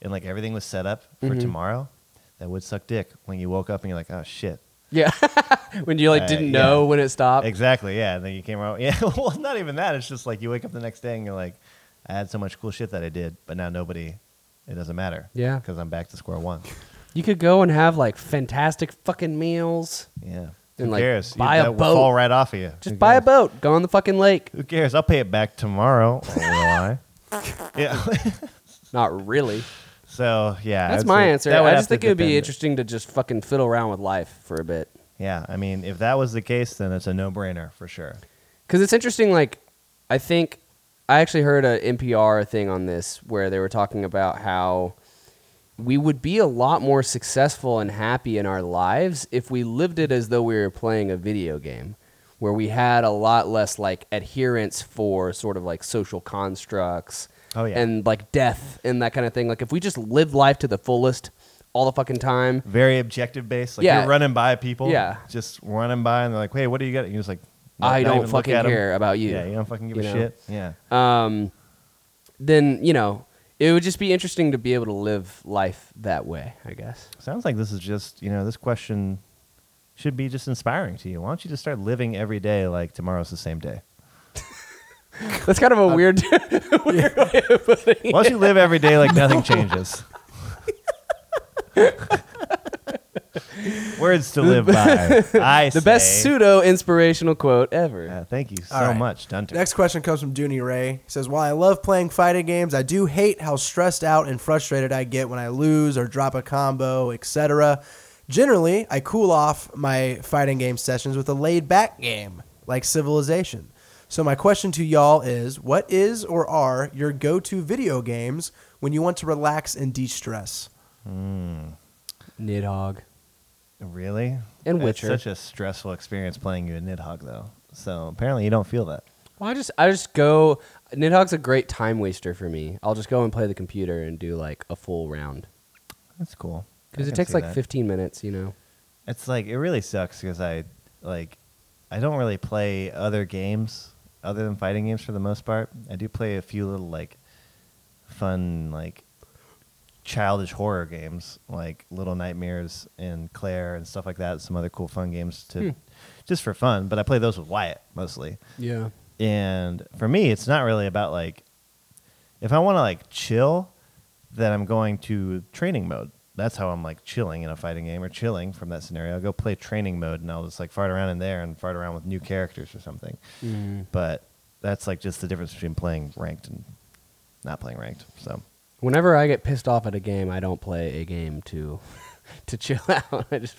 Speaker 3: and like everything was set up for
Speaker 4: Mm-hmm.
Speaker 3: tomorrow, that would suck dick when you woke up and you're like, oh shit.
Speaker 4: yeah. (laughs) when you like
Speaker 3: Uh,
Speaker 4: didn't
Speaker 3: yeah.
Speaker 4: know when it stopped.
Speaker 3: Exactly, yeah. And then you came out, (laughs) yeah. Well, not even that. It's just like you wake up the next day and you're like, I had so much cool shit that I did, but now nobody. It doesn't matter.
Speaker 4: Yeah.
Speaker 3: because I'm back to square one.
Speaker 4: You could go and have like fantastic fucking meals.
Speaker 3: Yeah. Who
Speaker 4: And, like,
Speaker 3: cares? You-
Speaker 4: buy a
Speaker 3: that will fall
Speaker 4: boat.
Speaker 3: right off of you. Who
Speaker 4: Just buy a
Speaker 3: cares?
Speaker 4: boat, go on the fucking lake.
Speaker 3: Who cares? I'll pay it back tomorrow. Or will I?
Speaker 4: (laughs)
Speaker 3: yeah. (laughs)
Speaker 4: Not really.
Speaker 3: So yeah,
Speaker 4: That's
Speaker 3: I'd
Speaker 4: my
Speaker 3: say
Speaker 4: answer.
Speaker 3: that would
Speaker 4: I
Speaker 3: have
Speaker 4: just
Speaker 3: to
Speaker 4: think it would be
Speaker 3: depend.
Speaker 4: interesting to just fucking fiddle around with life for a bit.
Speaker 3: Yeah, I mean, if that was the case, then it's a no-brainer for sure.
Speaker 4: Because it's interesting, like, I think I actually heard a NPR thing on this where they were talking about how we would be a lot more successful and happy in our lives if we lived it as though we were playing a video game, where we had a lot less, like, adherence for sort of like social constructs
Speaker 3: Oh, yeah.
Speaker 4: and like death and that kind of thing. Like, if we just lived life to the fullest all the fucking time,
Speaker 3: Very objective based. Like
Speaker 4: Yeah.
Speaker 3: you're running by people.
Speaker 4: Yeah.
Speaker 3: just running by, and they're like, "Hey, what do you got?" And you're just like, "Nope,
Speaker 4: I
Speaker 3: not
Speaker 4: don't
Speaker 3: even look
Speaker 4: fucking
Speaker 3: at 'em."
Speaker 4: care about you.
Speaker 3: Yeah, you don't fucking give
Speaker 4: You
Speaker 3: a
Speaker 4: know?
Speaker 3: shit. Yeah,
Speaker 4: um, then you know it would just be interesting to be able to live life that way. I guess.
Speaker 3: sounds like this is just you know this question should be just inspiring to you. Why don't you just start living every day like tomorrow's the same day?
Speaker 4: That's kind of a weird. (laughs)
Speaker 3: Why don't you live every day like nothing changes? Words to live by. I
Speaker 4: the best
Speaker 3: say.
Speaker 4: pseudo inspirational quote ever.
Speaker 3: Yeah, thank you so
Speaker 5: All right.
Speaker 3: much, Dunter.
Speaker 5: Next question comes from Dooney Ray. He says, While I love playing fighting games, I do hate how stressed out and frustrated I get when I lose or drop a combo, etc. Generally, I cool off my fighting game sessions with a laid back game like Civilization. So, my question to y'all is what is or are your go to video games when you want to relax and de stress?
Speaker 4: Nidhogg.
Speaker 3: Really?
Speaker 4: And
Speaker 3: It's
Speaker 4: Witcher.
Speaker 3: such a stressful experience playing you a Nidhogg, though. So apparently you don't feel that.
Speaker 4: Well, I just I just go. Nidhogg's a great time waster for me. I'll just go and play the computer and do like a full round
Speaker 3: That's cool. I
Speaker 4: because it
Speaker 3: can
Speaker 4: takes
Speaker 3: see
Speaker 4: like
Speaker 3: that.
Speaker 4: 15 minutes. You know.
Speaker 3: It's like it really sucks because I like I don't really play other games other than fighting games for the most part. I do play a few little like fun like childish horror games like Little Nightmares and Claire and stuff like that. Some other cool fun games to just for fun. But I play those with Wyatt mostly.
Speaker 4: Yeah.
Speaker 3: And for me, it's not really about like if I want to like chill, then I'm going to training mode. That's how I'm like chilling in a fighting game or chilling from that scenario. I'll go play training mode and I'll just like fart around in there and fart around with new characters or something.
Speaker 5: Mm.
Speaker 3: But that's like just the difference between playing ranked and not playing ranked. So
Speaker 4: Whenever I get pissed off at a game, I don't play a game to (laughs) to chill out. (laughs) I just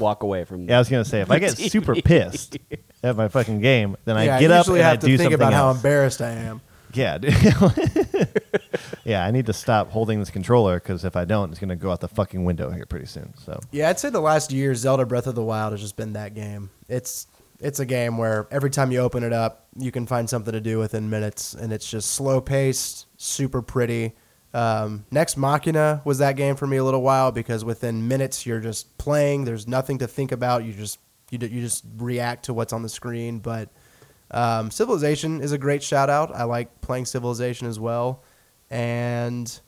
Speaker 4: walk away from.
Speaker 3: yeah, I was gonna say if I
Speaker 5: (laughs)
Speaker 3: get
Speaker 4: TV.
Speaker 3: super pissed at my fucking game, then I get
Speaker 5: I
Speaker 3: up and
Speaker 5: usually
Speaker 3: I
Speaker 5: have to
Speaker 3: do
Speaker 5: think
Speaker 3: something
Speaker 5: about how
Speaker 3: else.
Speaker 5: embarrassed I am.
Speaker 3: Yeah. (laughs) dude. yeah, I need to stop holding this controller because if I don't, it's going to go out the fucking window here pretty soon. So,
Speaker 5: Yeah, I'd say the last year, Zelda Breath of the Wild has just been that game. It's it's a game where every time you open it up, you can find something to do within minutes, and it's just slow paced, super pretty. Um, Next Machina was that game for me a little while because within minutes you're just playing. There's nothing to think about. You just you d- you just react to what's on the screen. But um, Civilization is a great shout out. I like playing Civilization as well, and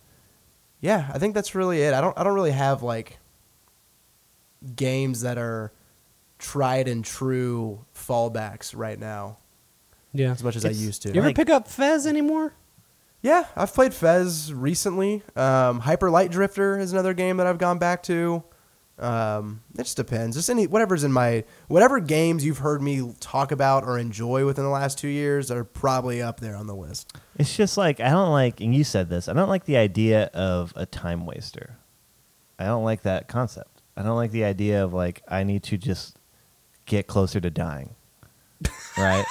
Speaker 5: yeah, I think that's really it. I don't I don't really have like games that are tried and true fallbacks right now
Speaker 4: yeah.
Speaker 5: as much as I used to.
Speaker 4: You ever
Speaker 3: Like-
Speaker 4: pick up Fez anymore?
Speaker 5: yeah, I've played Fez recently. Um, Hyper Light Drifter is another game that I've gone back to. Um, it just depends. Just any whatever's in my whatever games you've heard me talk about or enjoy within the last two years are probably up there on the list.
Speaker 3: it's just like, I don't like, and you said this, I don't like the idea of a time waster. I don't like that concept. I don't like the idea of like, I need to just get closer to (laughs) dying. Right?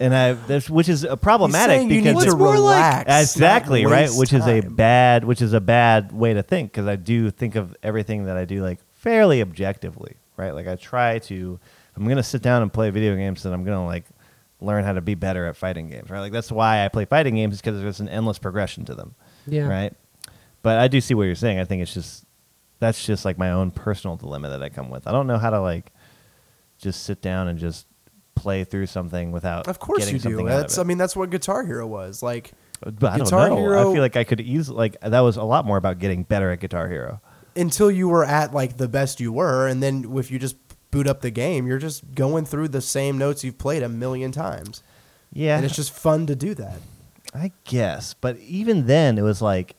Speaker 3: And I, that's, which is uh, problematic
Speaker 5: saying you
Speaker 3: because
Speaker 5: need to
Speaker 3: it's-
Speaker 4: more like-
Speaker 5: relax, not
Speaker 3: exactly right
Speaker 5: waste
Speaker 3: which is a
Speaker 5: time.
Speaker 3: bad which is a bad way to think because i do think of everything that i do like fairly objectively right like i try to i'm gonna sit down and play video games and i'm gonna like learn how to be better at fighting games right like that's why i play fighting games because there's an endless progression to them
Speaker 4: Yeah.
Speaker 3: right but i do see what you're saying i think it's just that's just like my own personal dilemma that i come with i don't know how to like just sit down and just play through something without
Speaker 5: Of course
Speaker 3: getting
Speaker 5: you do.
Speaker 3: something out of
Speaker 5: That's
Speaker 3: it. Uh,
Speaker 5: I mean that's what Guitar Hero was like.
Speaker 3: But I don't
Speaker 5: Guitar
Speaker 3: know.
Speaker 5: Hero-
Speaker 3: I feel like I could easily like that was a lot more about getting better at Guitar Hero.
Speaker 5: until you were at like the best you were, and then if you just boot up the game, you're just going through the same notes you've played a million times,
Speaker 3: Yeah,
Speaker 5: and it's just fun to do that.
Speaker 3: I guess. But even then, it was like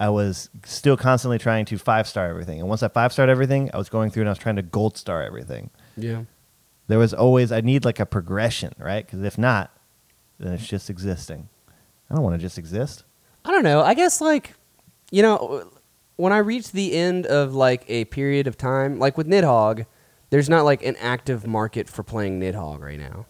Speaker 3: I was still constantly trying to five star everything. And once I five starred everything, I was going through and I was trying to gold star everything.
Speaker 4: Yeah.
Speaker 3: There was always I need like a progression, right? Because if not, then it's just existing. I don't want to just exist.
Speaker 4: I don't know. I guess like you know when I reach the end of like a period of time, like with Nidhogg, there's not like an active market for playing Nidhogg right now.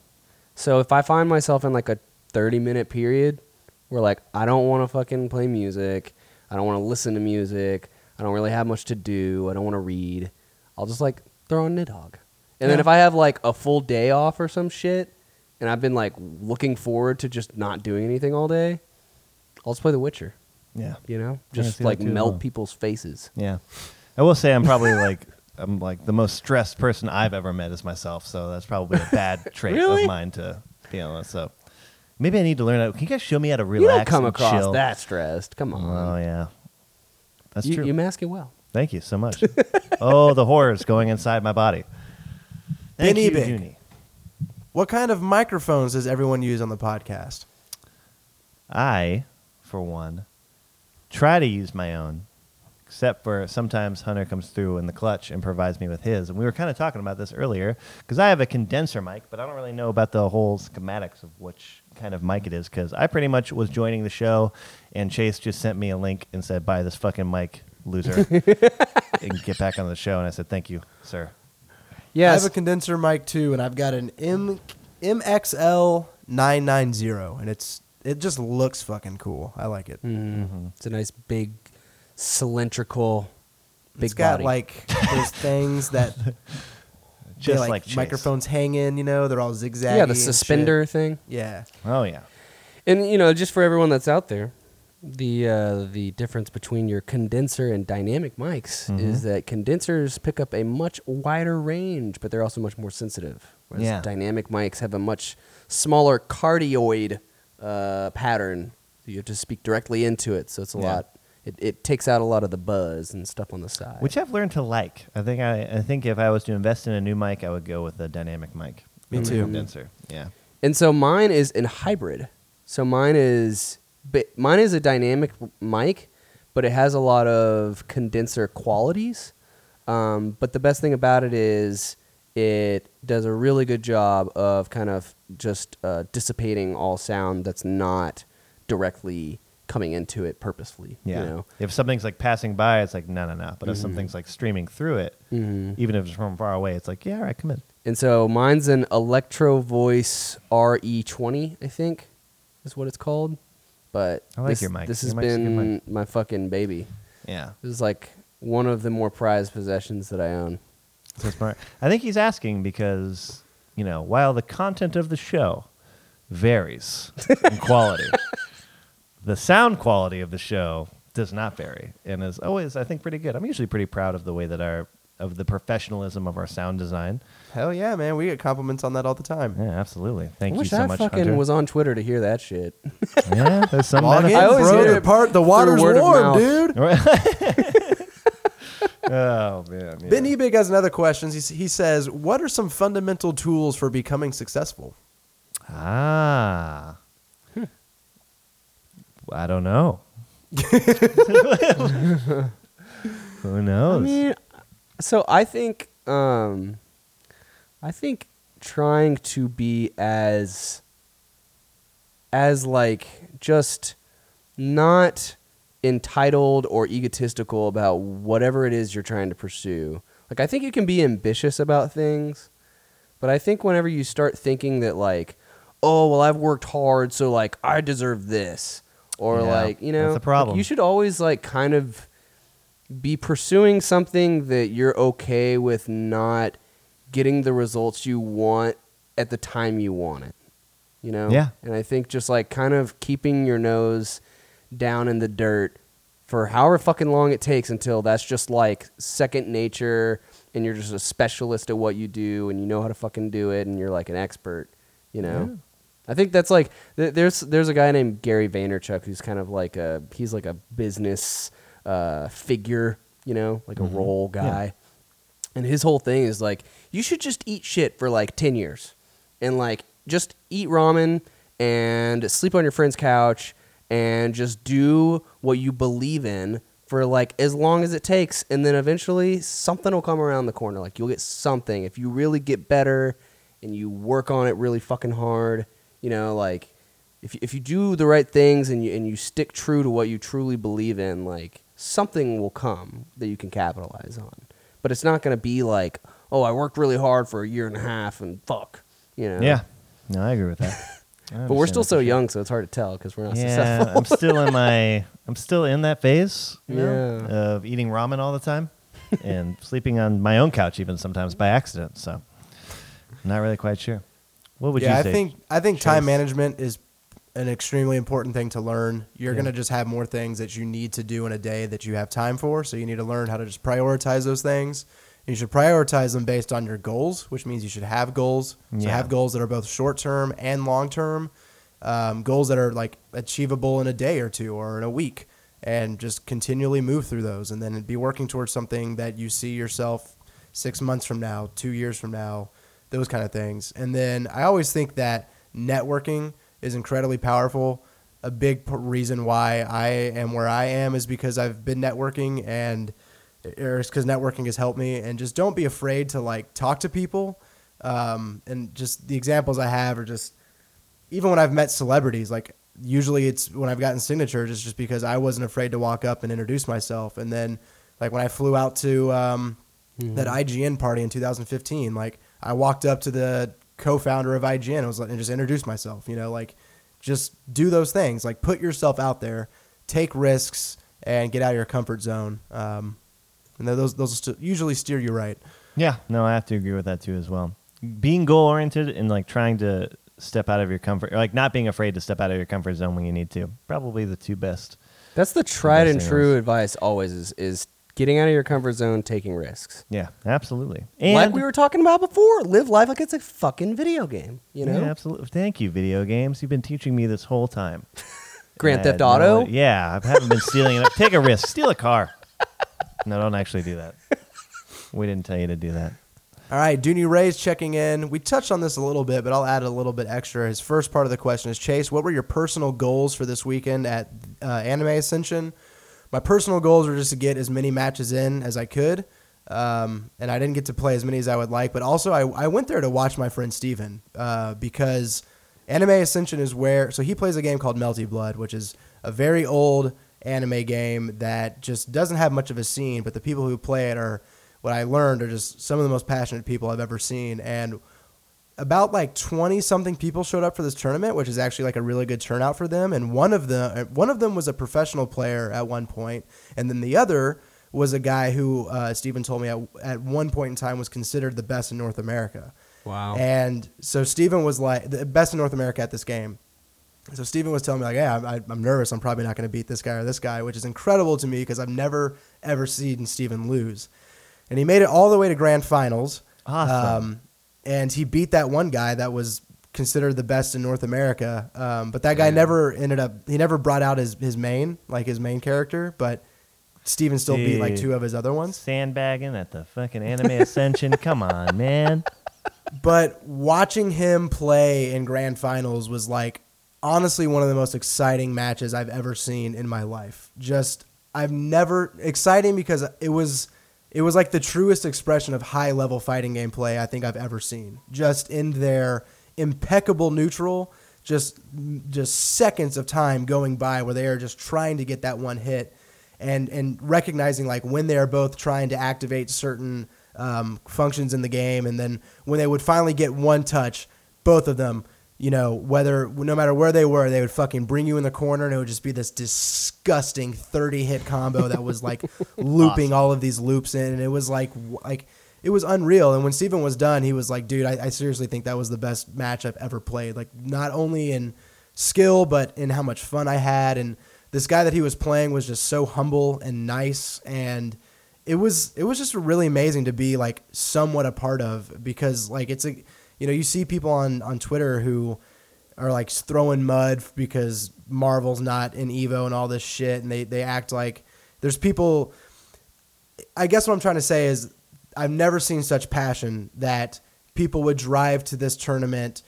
Speaker 4: So if I find myself in like a 30 minute period where like I don't want to fucking play music, I don't want to listen to music, I don't really have much to do, I don't want to read, I'll just like throw on Nidhogg. And then
Speaker 5: Yeah.
Speaker 4: if I have like a full day off or some shit and I've been like looking forward to just not doing anything all day, I'll just play The Witcher.
Speaker 3: Yeah,
Speaker 4: You know,
Speaker 3: Kinda see
Speaker 4: just
Speaker 3: that
Speaker 4: like
Speaker 3: too as
Speaker 4: melt
Speaker 3: well.
Speaker 4: people's faces.
Speaker 3: yeah. I will say I'm probably like (laughs) I'm like the most stressed person I've ever met is myself. So that's probably a
Speaker 4: (laughs)
Speaker 3: bad trait
Speaker 4: Really?
Speaker 3: of mine to be honest. So maybe I need to learn how. Can you guys show me how to
Speaker 4: you don't
Speaker 3: relax
Speaker 4: come
Speaker 3: and
Speaker 4: across
Speaker 3: chill?
Speaker 4: that stressed. Come on,
Speaker 3: Oh yeah, that's
Speaker 4: you,
Speaker 3: true.
Speaker 4: you mask it well.
Speaker 3: Thank you so
Speaker 4: (laughs)
Speaker 3: much. oh, the horrors going inside my body. Thank
Speaker 5: Benny
Speaker 3: you,
Speaker 5: Big.
Speaker 3: Junie.
Speaker 5: What kind of microphones does everyone use on the podcast?
Speaker 3: I, for one, try to use my own, except for sometimes Hunter comes through in the clutch and provides me with his. And we were kind of talking about this earlier because I have a condenser mic, but I don't really know about the whole schematics of which kind of mic it is because I pretty much was joining the show and Chase just sent me a link and said, buy this fucking mic, loser, and get back on the show. And I said, thank you, sir.
Speaker 5: I
Speaker 4: Yes.
Speaker 5: have a condenser mic too, and I've got an M- MXL nine nine zero, and it's it just looks fucking cool. I like it.
Speaker 4: Mm, It's a nice big cylindrical big
Speaker 5: it's got
Speaker 4: body.
Speaker 5: like
Speaker 4: (laughs)
Speaker 5: those things that they,
Speaker 3: Just
Speaker 5: like,
Speaker 3: like Chase.
Speaker 5: microphones hang in. You know, they're all zigzag.
Speaker 4: yeah, the suspender thing.
Speaker 5: Yeah,
Speaker 3: Oh, yeah.
Speaker 4: And you know, just for everyone that's out there, the uh, the difference between your condenser and dynamic mics
Speaker 3: Mm-hmm.
Speaker 4: is that condensers pick up a much wider range, but they're also much more sensitive. Whereas
Speaker 3: Yeah.
Speaker 4: dynamic mics have a much smaller cardioid uh, pattern. You have to speak directly into it, so it's a
Speaker 3: Yeah.
Speaker 4: lot. It, it takes out a lot of the buzz and stuff on the side.
Speaker 3: Which I've learned to like. I think I, I think if I was to invest in a new mic, I would go with a dynamic mic.
Speaker 5: Me
Speaker 3: over a
Speaker 5: too.
Speaker 3: Condenser. Yeah.
Speaker 4: And so mine is in hybrid. So mine is but mine is a dynamic mic, but it has a lot of condenser qualities. Um, but the best thing about it is it does a really good job of kind of just uh, dissipating all sound that's not directly coming into it purposefully.
Speaker 3: Yeah.
Speaker 4: You know?
Speaker 3: If something's like passing by, it's like no, no, no. But if something's like streaming through it, even if it's from far away, it's like yeah, all right, come in.
Speaker 4: And so mine's an Electro Voice RE20, I think, is what it's called. But
Speaker 3: I like
Speaker 4: this,
Speaker 3: your mic.
Speaker 4: this
Speaker 3: Your
Speaker 4: has
Speaker 3: mic's a good
Speaker 4: been
Speaker 3: mic.
Speaker 4: my fucking baby.
Speaker 3: Yeah,
Speaker 4: This is like one of the more prized possessions that I own.
Speaker 3: so smart. I think he's asking because you know while the content of the show varies in quality, the sound quality of the show does not vary and is always I think pretty good. I'm usually pretty proud of the way that our of the professionalism of our sound design.
Speaker 5: hell yeah, man. We get compliments on that all the time.
Speaker 3: Yeah, absolutely. Thank
Speaker 4: I
Speaker 3: you
Speaker 4: wish
Speaker 3: so
Speaker 4: I
Speaker 3: much,
Speaker 4: fucking
Speaker 3: Hunter.
Speaker 4: was on Twitter to hear that shit.
Speaker 3: (laughs) yeah, there's some
Speaker 5: Log in,
Speaker 3: benefit.
Speaker 4: I always
Speaker 5: bro.
Speaker 4: hear
Speaker 5: The
Speaker 4: it
Speaker 5: part the water's
Speaker 4: word of
Speaker 5: warm,
Speaker 4: mouth.
Speaker 5: dude.
Speaker 4: (laughs)
Speaker 3: oh man, yeah.
Speaker 5: Ben Ebig has another question. He, s- he says, "What are some fundamental tools for becoming successful?"
Speaker 3: Ah. I don't
Speaker 4: (laughs)
Speaker 3: know. Who knows?
Speaker 4: I mean, so I think, um, I think trying to be as, as like just not entitled or egotistical about whatever it is you're trying to pursue. Like, I think you can be ambitious about things, but I think whenever you start thinking that, like, oh, well, I've worked hard, so like, I deserve this, or
Speaker 3: Yeah,
Speaker 4: like, you
Speaker 3: that's
Speaker 4: know,
Speaker 3: a problem.
Speaker 4: like, you should always like kind of be pursuing something that you're okay with not getting the results you want at the time you want it. You know?
Speaker 3: Yeah.
Speaker 4: And I think just like kind of keeping your nose down in the dirt for however fucking long it takes until that's just like second nature and you're just a specialist at what you do and you know how to fucking do it and you're like an expert, you know? I think that's like th- there's there's a guy named Gary Vaynerchuk who's kind of like a he's like a business uh, figure, you know, like a role guy. And his whole thing is like, you should just eat shit for like 10 years and like just eat ramen and sleep on your friend's couch and just do what you believe in for like as long as it takes. And then eventually something will come around the corner. Like you'll get something. If you really get better and you work on it really fucking hard, you know, like if, if you do the right things and you, and you stick true to what you truly believe in, like something will come that you can capitalize on. But it's not going to be like, oh, I worked really hard for a year and a half and fuck, you know.
Speaker 3: yeah. No, I agree with that. I
Speaker 4: But we're
Speaker 3: understand
Speaker 4: still
Speaker 3: that
Speaker 4: so
Speaker 3: for sure.
Speaker 4: young, so it's hard to tell because we're not
Speaker 3: (laughs)
Speaker 4: successful.
Speaker 3: Yeah, I'm still in my I'm still in that phase, you know,
Speaker 4: Yeah.
Speaker 3: of eating ramen all the time and sleeping on my own couch even sometimes by accident, so not really quite sure. What would
Speaker 5: yeah,
Speaker 3: you
Speaker 5: I
Speaker 3: say?
Speaker 5: think I think time
Speaker 3: Chase?
Speaker 5: management is an extremely important thing to learn. You're
Speaker 3: Yeah.
Speaker 5: gonna just have more things that you need to do in a day that you have time for, so you need to learn how to just prioritize those things. And you should prioritize them based on your goals, which means you should have goals. So
Speaker 3: Yeah.
Speaker 5: have goals that are both short term and long term, um, goals that are like achievable in a day or two or in a week, and just continually move through those, and then be working towards something that you see yourself six months from now, two years from now, those kind of things. And then I always think that networking is incredibly powerful. A big p- reason why I am where I am is because I've been networking and because networking has helped me. And just don't be afraid to like talk to people. Um, and just the examples I have are just even when I've met celebrities, like usually it's when I've gotten signatures, it's just because I wasn't afraid to walk up and introduce myself. And then, like when I flew out to um, that IGN party in 2015, like I walked up to the co-founder of IGN, and was like, and just introduced myself. You know, like just do those things. Like put yourself out there, take risks, and get out of your comfort zone. Um, and those those will st- usually steer you right.
Speaker 3: Yeah, no, I have to agree with that too as well. Being goal oriented and like trying to step out of your comfort, or like not being afraid to step out of your comfort zone when you need to. Probably the two best.
Speaker 4: That's the tried and
Speaker 3: Yes, it
Speaker 4: true
Speaker 3: is.
Speaker 4: advice always is, is getting out of your comfort zone, taking risks.
Speaker 3: Yeah, absolutely. And
Speaker 4: like we were talking about before, live life like it's a fucking video game, you know?
Speaker 3: yeah, absolutely. Thank you, video games. You've been teaching me this whole time.
Speaker 4: Grand
Speaker 3: I had
Speaker 4: Theft
Speaker 3: no
Speaker 4: Auto.
Speaker 3: idea- yeah, I haven't been stealing it. Take a risk. Steal a car. No, don't actually do that. We didn't tell you to do that.
Speaker 5: All right, Dooney Ray's checking in. We touched on this a little bit, but I'll add a little bit extra. His first part of the question is Chase, what were your personal goals for this weekend at uh, Anime Ascension? My personal goals were just to get as many matches in as I could, um, and I didn't get to play as many as I would like, but also I, I went there to watch my friend Steven uh, because Anime Ascension is where. So he plays a game called Melty Blood, which is a very old anime game that just doesn't have much of a scene, but the people who play it are what I learned are just some of the most passionate people I've ever seen. And about like 20 something people showed up for this tournament, which is actually like a really good turnout for them. And one of the uh, one of them was a professional player at one point, and then the other was a guy who uh, Steven told me at, at one point in time was considered the best in North America.
Speaker 4: Wow.
Speaker 5: And so Steven was like the best in North America at this game. So Steven was telling me like, yeah, I, I'm nervous. I'm probably not going to beat this guy or this guy, which is incredible to me because I've never ever seen Steven lose. And he made it all the way to grand finals.
Speaker 3: Awesome.
Speaker 5: Um, and he beat that one guy that was considered the best in North America. Um, but that guy never ended up. He never brought out his his main like his main character, but. Steven still beat like
Speaker 3: Dude.
Speaker 5: two of his other ones.
Speaker 3: Sandbagging at the fucking Anime Ascension. Come on, man.
Speaker 5: but watching him play in grand finals was like honestly one of the most exciting matches I've ever seen in my life. Just I've never exciting because it was it was like the truest expression of high level fighting game play I think I've ever seen. Just in their impeccable neutral, just just seconds of time going by where they are just trying to get that one hit and and recognizing like when they are both trying to activate certain um, functions in the game, and then when they would finally get one touch, both of them, you know, whether no matter where they were, they would fucking bring you in the corner, and it would just be this disgusting thirty hit combo that was like looping all of these loops in, and it was like w- like. It was unreal, and when Steven was done, he was like, "Dude, I, I seriously think that was the best match I've ever played. Like, not only in skill, but in how much fun I had, and this guy that he was playing was just so humble and nice and it was it was just really amazing to be like somewhat a part of because like it's a you know you see people on on Twitter who are like throwing mud because Marvel's not in Evo and all this shit and they they act like there's people I guess what I'm trying to say is I've never seen such passion that people would drive to this tournament,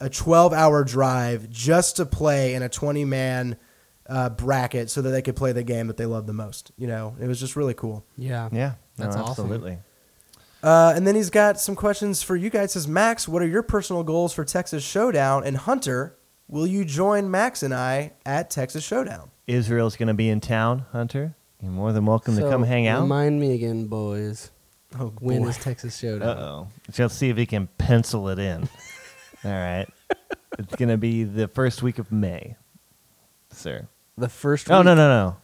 Speaker 5: a 12 hour drive just to play in a 20 man uh, bracket so that they could play the game that they love the most. You know, it was just really cool.
Speaker 4: yeah.
Speaker 3: Yeah, no,
Speaker 4: That's awesome.
Speaker 3: absolutely.
Speaker 5: Uh, and then he's got some questions for you guys. Says Max, what are your personal goals for Texas Showdown? And Hunter, will you join Max and I at Texas Showdown?
Speaker 3: Israel's going to be in town, Hunter. You're more than welcome
Speaker 4: So,
Speaker 3: to come hang out.
Speaker 4: Remind me again, boys.
Speaker 5: Oh,
Speaker 4: When is
Speaker 5: boy.
Speaker 4: Texas Showdown?
Speaker 3: Uh oh. Let's see if he can pencil it
Speaker 4: (laughs)
Speaker 3: in. All right. It's going to be the first week of May, sir.
Speaker 4: The first
Speaker 3: Oh, no, no, no.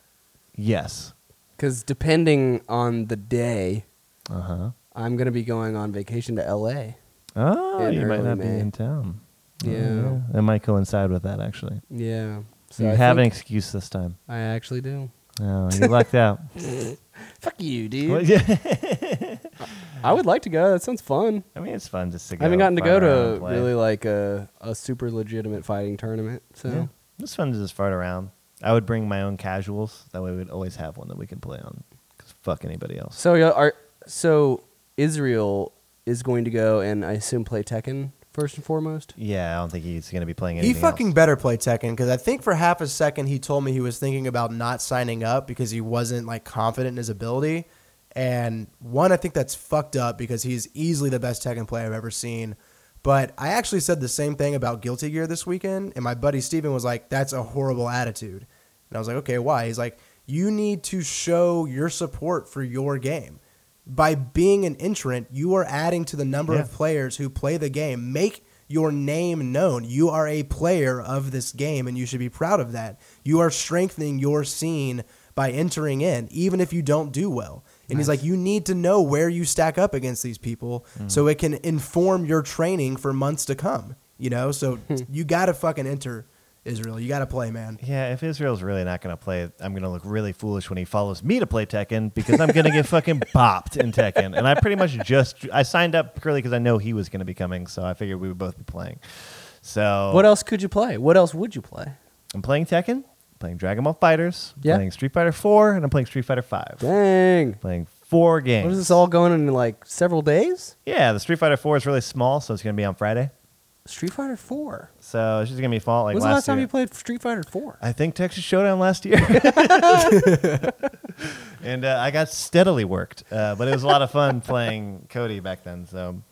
Speaker 3: Yes.
Speaker 4: Because depending on the day,
Speaker 3: Uh huh.
Speaker 4: I'm going to be going on vacation to LA.
Speaker 3: Oh,
Speaker 4: In
Speaker 3: you might
Speaker 4: early
Speaker 3: not
Speaker 4: May.
Speaker 3: be in town. Oh,
Speaker 4: Yeah.
Speaker 3: That might coincide with that, actually.
Speaker 4: Yeah.
Speaker 3: you
Speaker 4: I
Speaker 3: have an
Speaker 4: think
Speaker 3: excuse this time.
Speaker 4: I actually do.
Speaker 3: Oh, you lucked
Speaker 4: (laughs)
Speaker 3: out.
Speaker 4: Fuck you, dude.
Speaker 3: Well, yeah. (laughs)
Speaker 4: I would like to go. That sounds fun.
Speaker 3: I mean, it's fun just to go.
Speaker 4: I haven't gotten to
Speaker 3: fart
Speaker 4: go
Speaker 3: around
Speaker 4: to
Speaker 3: and play.
Speaker 4: really like a, a super legitimate fighting tournament. So
Speaker 3: Yeah. It's fun to just fart around. I would bring my own casuals. That way we'd always have one that we can play on. Because fuck anybody else.
Speaker 4: so yeah, are so Israel is going to go and I assume play Tekken first and foremost.
Speaker 3: Yeah, I don't think he's going to be playing
Speaker 5: He
Speaker 3: anything.
Speaker 5: fucking
Speaker 3: else.
Speaker 5: better play Tekken because I think for half a second he told me he was thinking about not signing up because he wasn't like confident in his ability. And one, I think that's fucked up because he's easily the best Tekken player I've ever seen. But I actually said the same thing about Guilty Gear this weekend, and my buddy Steven was like, "That's a horrible attitude." And I was like, "Okay, why?" He's like, "You need to show your support for your game." By being an entrant, you are adding to the number of
Speaker 3: Yeah.
Speaker 5: players who play the game. Make your name known. You are a player of this game and you should be proud of that. You are strengthening your scene by entering in, even if you don't do well. And he's like, you need to know where you stack up against these people
Speaker 3: Mm.
Speaker 5: so it can inform your training for months to come. You know, (laughs) so you got to fucking enter Israel. You got to play, man.
Speaker 3: Yeah, if Israel's really not going to play, I'm going to look really foolish when he follows me to play Tekken because I'm going to get
Speaker 4: (laughs)
Speaker 3: fucking bopped in Tekken. And I pretty much just I signed up purely because I know he was going to be coming, so I figured we would both be playing. So
Speaker 4: What else could you play? What else would
Speaker 3: (sighs)
Speaker 4: you play?
Speaker 3: I'm playing Tekken, playing Dragon Ball Fighters,
Speaker 4: Yeah.
Speaker 3: playing Street Fighter Four, and I'm playing Street Fighter Five.
Speaker 4: Dang.
Speaker 3: Playing four games.
Speaker 4: What is this all going in like several days?
Speaker 3: Yeah, the Street Fighter Four is really small, so it's going to be on Friday.
Speaker 4: Street Fighter 4.
Speaker 3: So it's just going to be fall like
Speaker 4: When's
Speaker 3: last
Speaker 4: the last time
Speaker 3: year.
Speaker 4: you played Street Fighter 4?
Speaker 3: I think Texas Showdown last year. (laughs) and uh, I got steadily worked, uh, but it was a lot of
Speaker 4: (laughs)
Speaker 3: fun playing Cody back then. So,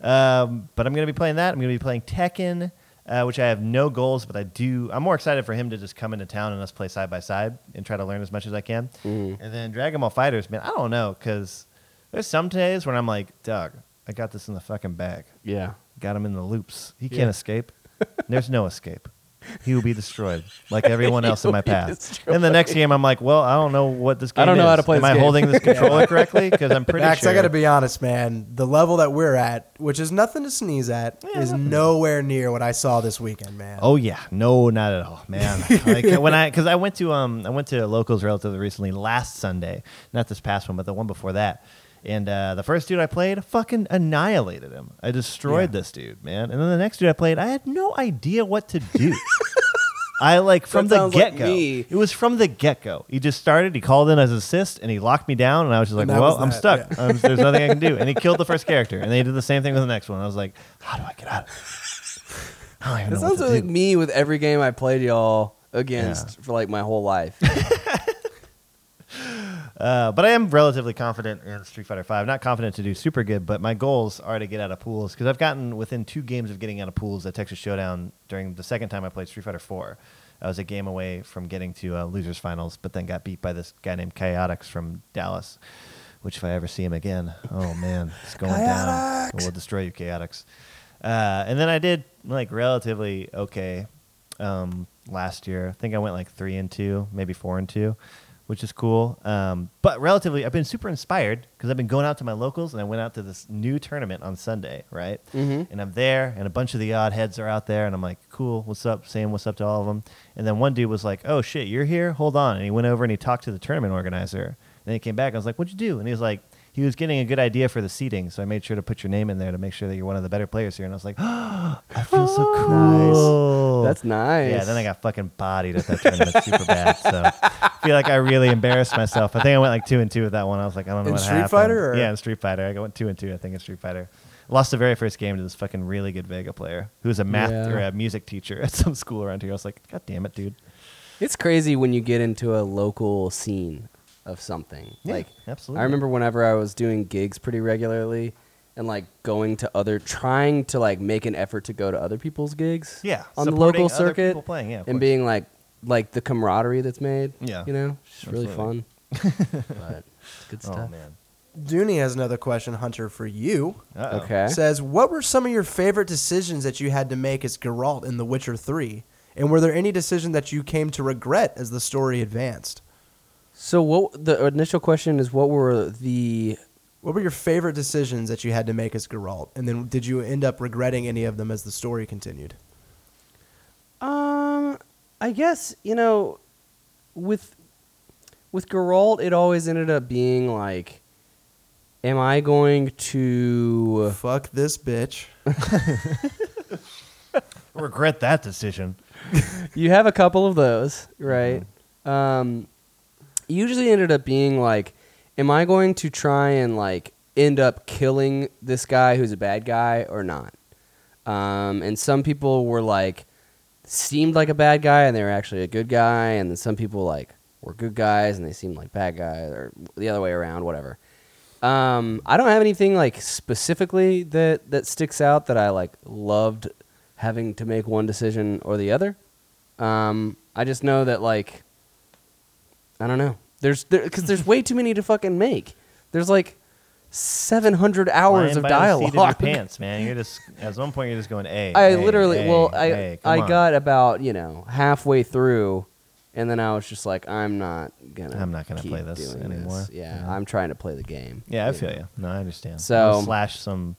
Speaker 3: um, but I'm going to be playing that. I'm going to be playing Tekken, uh, which I have no goals, but I do. I'm more excited for him to just come into town and us play side by side and try to learn as much as I can. And then Dragon Ball Fighters, man, I don't know because there's some days when I'm like, Doug, I got this in the fucking bag.
Speaker 4: Yeah.
Speaker 3: Got him in the loops. He
Speaker 4: Yeah.
Speaker 3: can't escape. There's no escape. He will be destroyed like everyone else in my path. And the next game, I'm like, well, I don't know what this game
Speaker 4: I don't know
Speaker 3: is.
Speaker 4: how to play
Speaker 3: Am
Speaker 4: this
Speaker 3: I
Speaker 4: game.
Speaker 3: holding
Speaker 4: (laughs)
Speaker 3: this controller correctly? Because I'm pretty
Speaker 5: Max,
Speaker 3: sure.
Speaker 5: I got to be honest, man. The level that we're at, which is nothing to sneeze at, is nowhere near what I saw this weekend, man.
Speaker 3: Oh yeah, no, not at all, man. like when I, because I went to um, I went to locals relatively recently last Sunday, not this past one, but the one before that. And uh, the first dude I played, fucking annihilated him. I destroyed this dude, man. And then the next dude I played, I had no idea what to do. I like from
Speaker 4: That
Speaker 3: the
Speaker 4: sounds like
Speaker 3: get go.
Speaker 4: me.
Speaker 3: it was from the get go. He just started. He called in as assist, and he locked me down. And I was just like,
Speaker 5: that
Speaker 3: "Well,
Speaker 5: was
Speaker 3: I'm
Speaker 5: that,
Speaker 3: stuck.
Speaker 5: yeah.
Speaker 3: Um, there's nothing I can do." And he killed the first character, and they did the same thing with the next one. I was like, "How do I get out?" of this? I don't even
Speaker 4: That
Speaker 3: know what
Speaker 4: sounds
Speaker 3: to
Speaker 4: like
Speaker 3: do.
Speaker 4: me with every game I played y'all against for like my whole life.
Speaker 3: Uh, but I am relatively confident in Street Fighter Five. Not confident to do super good, but my goals are to get out of pools because I've gotten within two games of getting out of pools at Texas Showdown during the second time I played Street Fighter Four. I was a game away from getting to uh, losers finals, but then got beat by this guy named Chaotix from Dallas. Which, if I ever see him again, oh man, it's going down. We'll destroy you, Chaotix. Uh, and then I did like relatively okay um, last year. I think I went like three and two, maybe four and two, which is cool. Um, but relatively, I've been super inspired because I've been going out to my locals and I went out to this new tournament on Sunday, right? Mm-hmm. And I'm there, and a bunch of the odd heads are out there, and I'm like, cool, what's up? Saying what's up to all of them. And then one dude was like, oh shit, you're here? Hold on. And he went over and he talked to the tournament organizer. And he came back. I was like, what'd you do? And he was like, he was getting a good idea for the seating, so I made sure to put your name in there to make sure that you're one of the better players here. And I was like, (gasps) I feel so (laughs) cool.
Speaker 4: That's nice.
Speaker 3: Yeah, then I got fucking bodied at that tournament super bad. So I feel like I really embarrassed myself. I think I went like two and two with that one. I was like, I don't know
Speaker 5: In
Speaker 3: what
Speaker 5: Street
Speaker 3: happened.
Speaker 5: Fighter or-
Speaker 3: Yeah, in Street Fighter. I went two and two, I think, in Street Fighter. Lost the very first game to this fucking really good Vega player who was a math
Speaker 4: Yeah.
Speaker 3: or a music teacher (laughs) at some school around here. I was like, God damn it, dude.
Speaker 4: It's crazy when you get into a local scene of something.
Speaker 3: Yeah,
Speaker 4: like
Speaker 3: absolutely.
Speaker 4: I remember whenever I was doing gigs pretty regularly and like going to other trying to like make an effort to go to other people's gigs.
Speaker 3: Yeah,
Speaker 4: On the
Speaker 3: supporting
Speaker 4: local
Speaker 3: other
Speaker 4: circuit
Speaker 3: people playing, yeah, of
Speaker 4: and
Speaker 3: course.
Speaker 4: being like like the camaraderie that's made.
Speaker 3: Yeah,
Speaker 4: You know? It's just really
Speaker 3: absolutely.
Speaker 4: fun.
Speaker 3: (laughs)
Speaker 4: but it's good
Speaker 3: Oh,
Speaker 4: stuff.
Speaker 3: man.
Speaker 5: Dooney has another question, Hunter, for you.
Speaker 3: Uh-oh.
Speaker 4: Okay.
Speaker 5: Says, what were some of your favorite decisions that you had to make as Geralt in The Witcher 3? And were there any decisions that you came to regret as the story advanced?
Speaker 4: So what the initial question is what were the
Speaker 5: What were your favorite decisions that you had to make as Geralt? And then did you end up regretting any of them as the story continued?
Speaker 4: Um, I guess you know, with with Geralt, it always ended up being like, am I going to?
Speaker 5: Fuck this bitch.
Speaker 3: Regret that decision.
Speaker 4: You have a couple of those, right? Um, usually ended up being like, am I going to try and like end up killing this guy who's a bad guy or not. Um, and some people were like, seemed like a bad guy and they were actually a good guy. And then some people like were good guys and they seemed like bad guys or the other way around, whatever. Um, I don't have anything like specifically that, that sticks out that I like loved having to make one decision or the other. Um, I just know that like, I don't know. There's because there's way too many to fucking make. There's like 700 hours
Speaker 3: Flying
Speaker 4: of
Speaker 3: by the seat
Speaker 4: dialogue. (laughs)
Speaker 3: of your pants, man. You're just at one point you're just going a.
Speaker 4: I
Speaker 3: A,
Speaker 4: literally,
Speaker 3: A,
Speaker 4: well, I
Speaker 3: A. Come
Speaker 4: I
Speaker 3: on.
Speaker 4: got about you know halfway through, and then I was just like, I'm not gonna.
Speaker 3: I'm not gonna
Speaker 4: keep
Speaker 3: play this
Speaker 4: doing
Speaker 3: anymore.
Speaker 4: Yeah,
Speaker 3: Yeah.
Speaker 4: I'm trying to play the game.
Speaker 3: Yeah, I feel you. No, I understand.
Speaker 4: So-
Speaker 3: Or slash some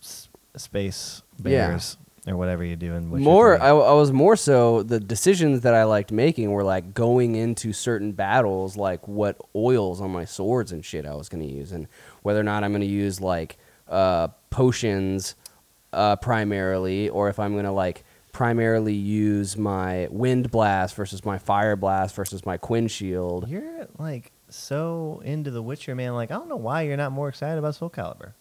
Speaker 3: s- space
Speaker 4: Yeah.
Speaker 3: bears or whatever you're doing. What you're
Speaker 4: More,
Speaker 3: doing.
Speaker 4: I, I was more so the decisions that I liked making were like going into certain battles, like what oils on my swords and shit I was gonna use, and whether or not I'm gonna use like uh, potions uh, primarily, or if I'm gonna like primarily use my wind blast versus my fire blast versus my quinn shield.
Speaker 3: You're like so into The Witcher, man. Like I don't know why you're not more excited about Soul
Speaker 4: (laughs)
Speaker 3: Calibur,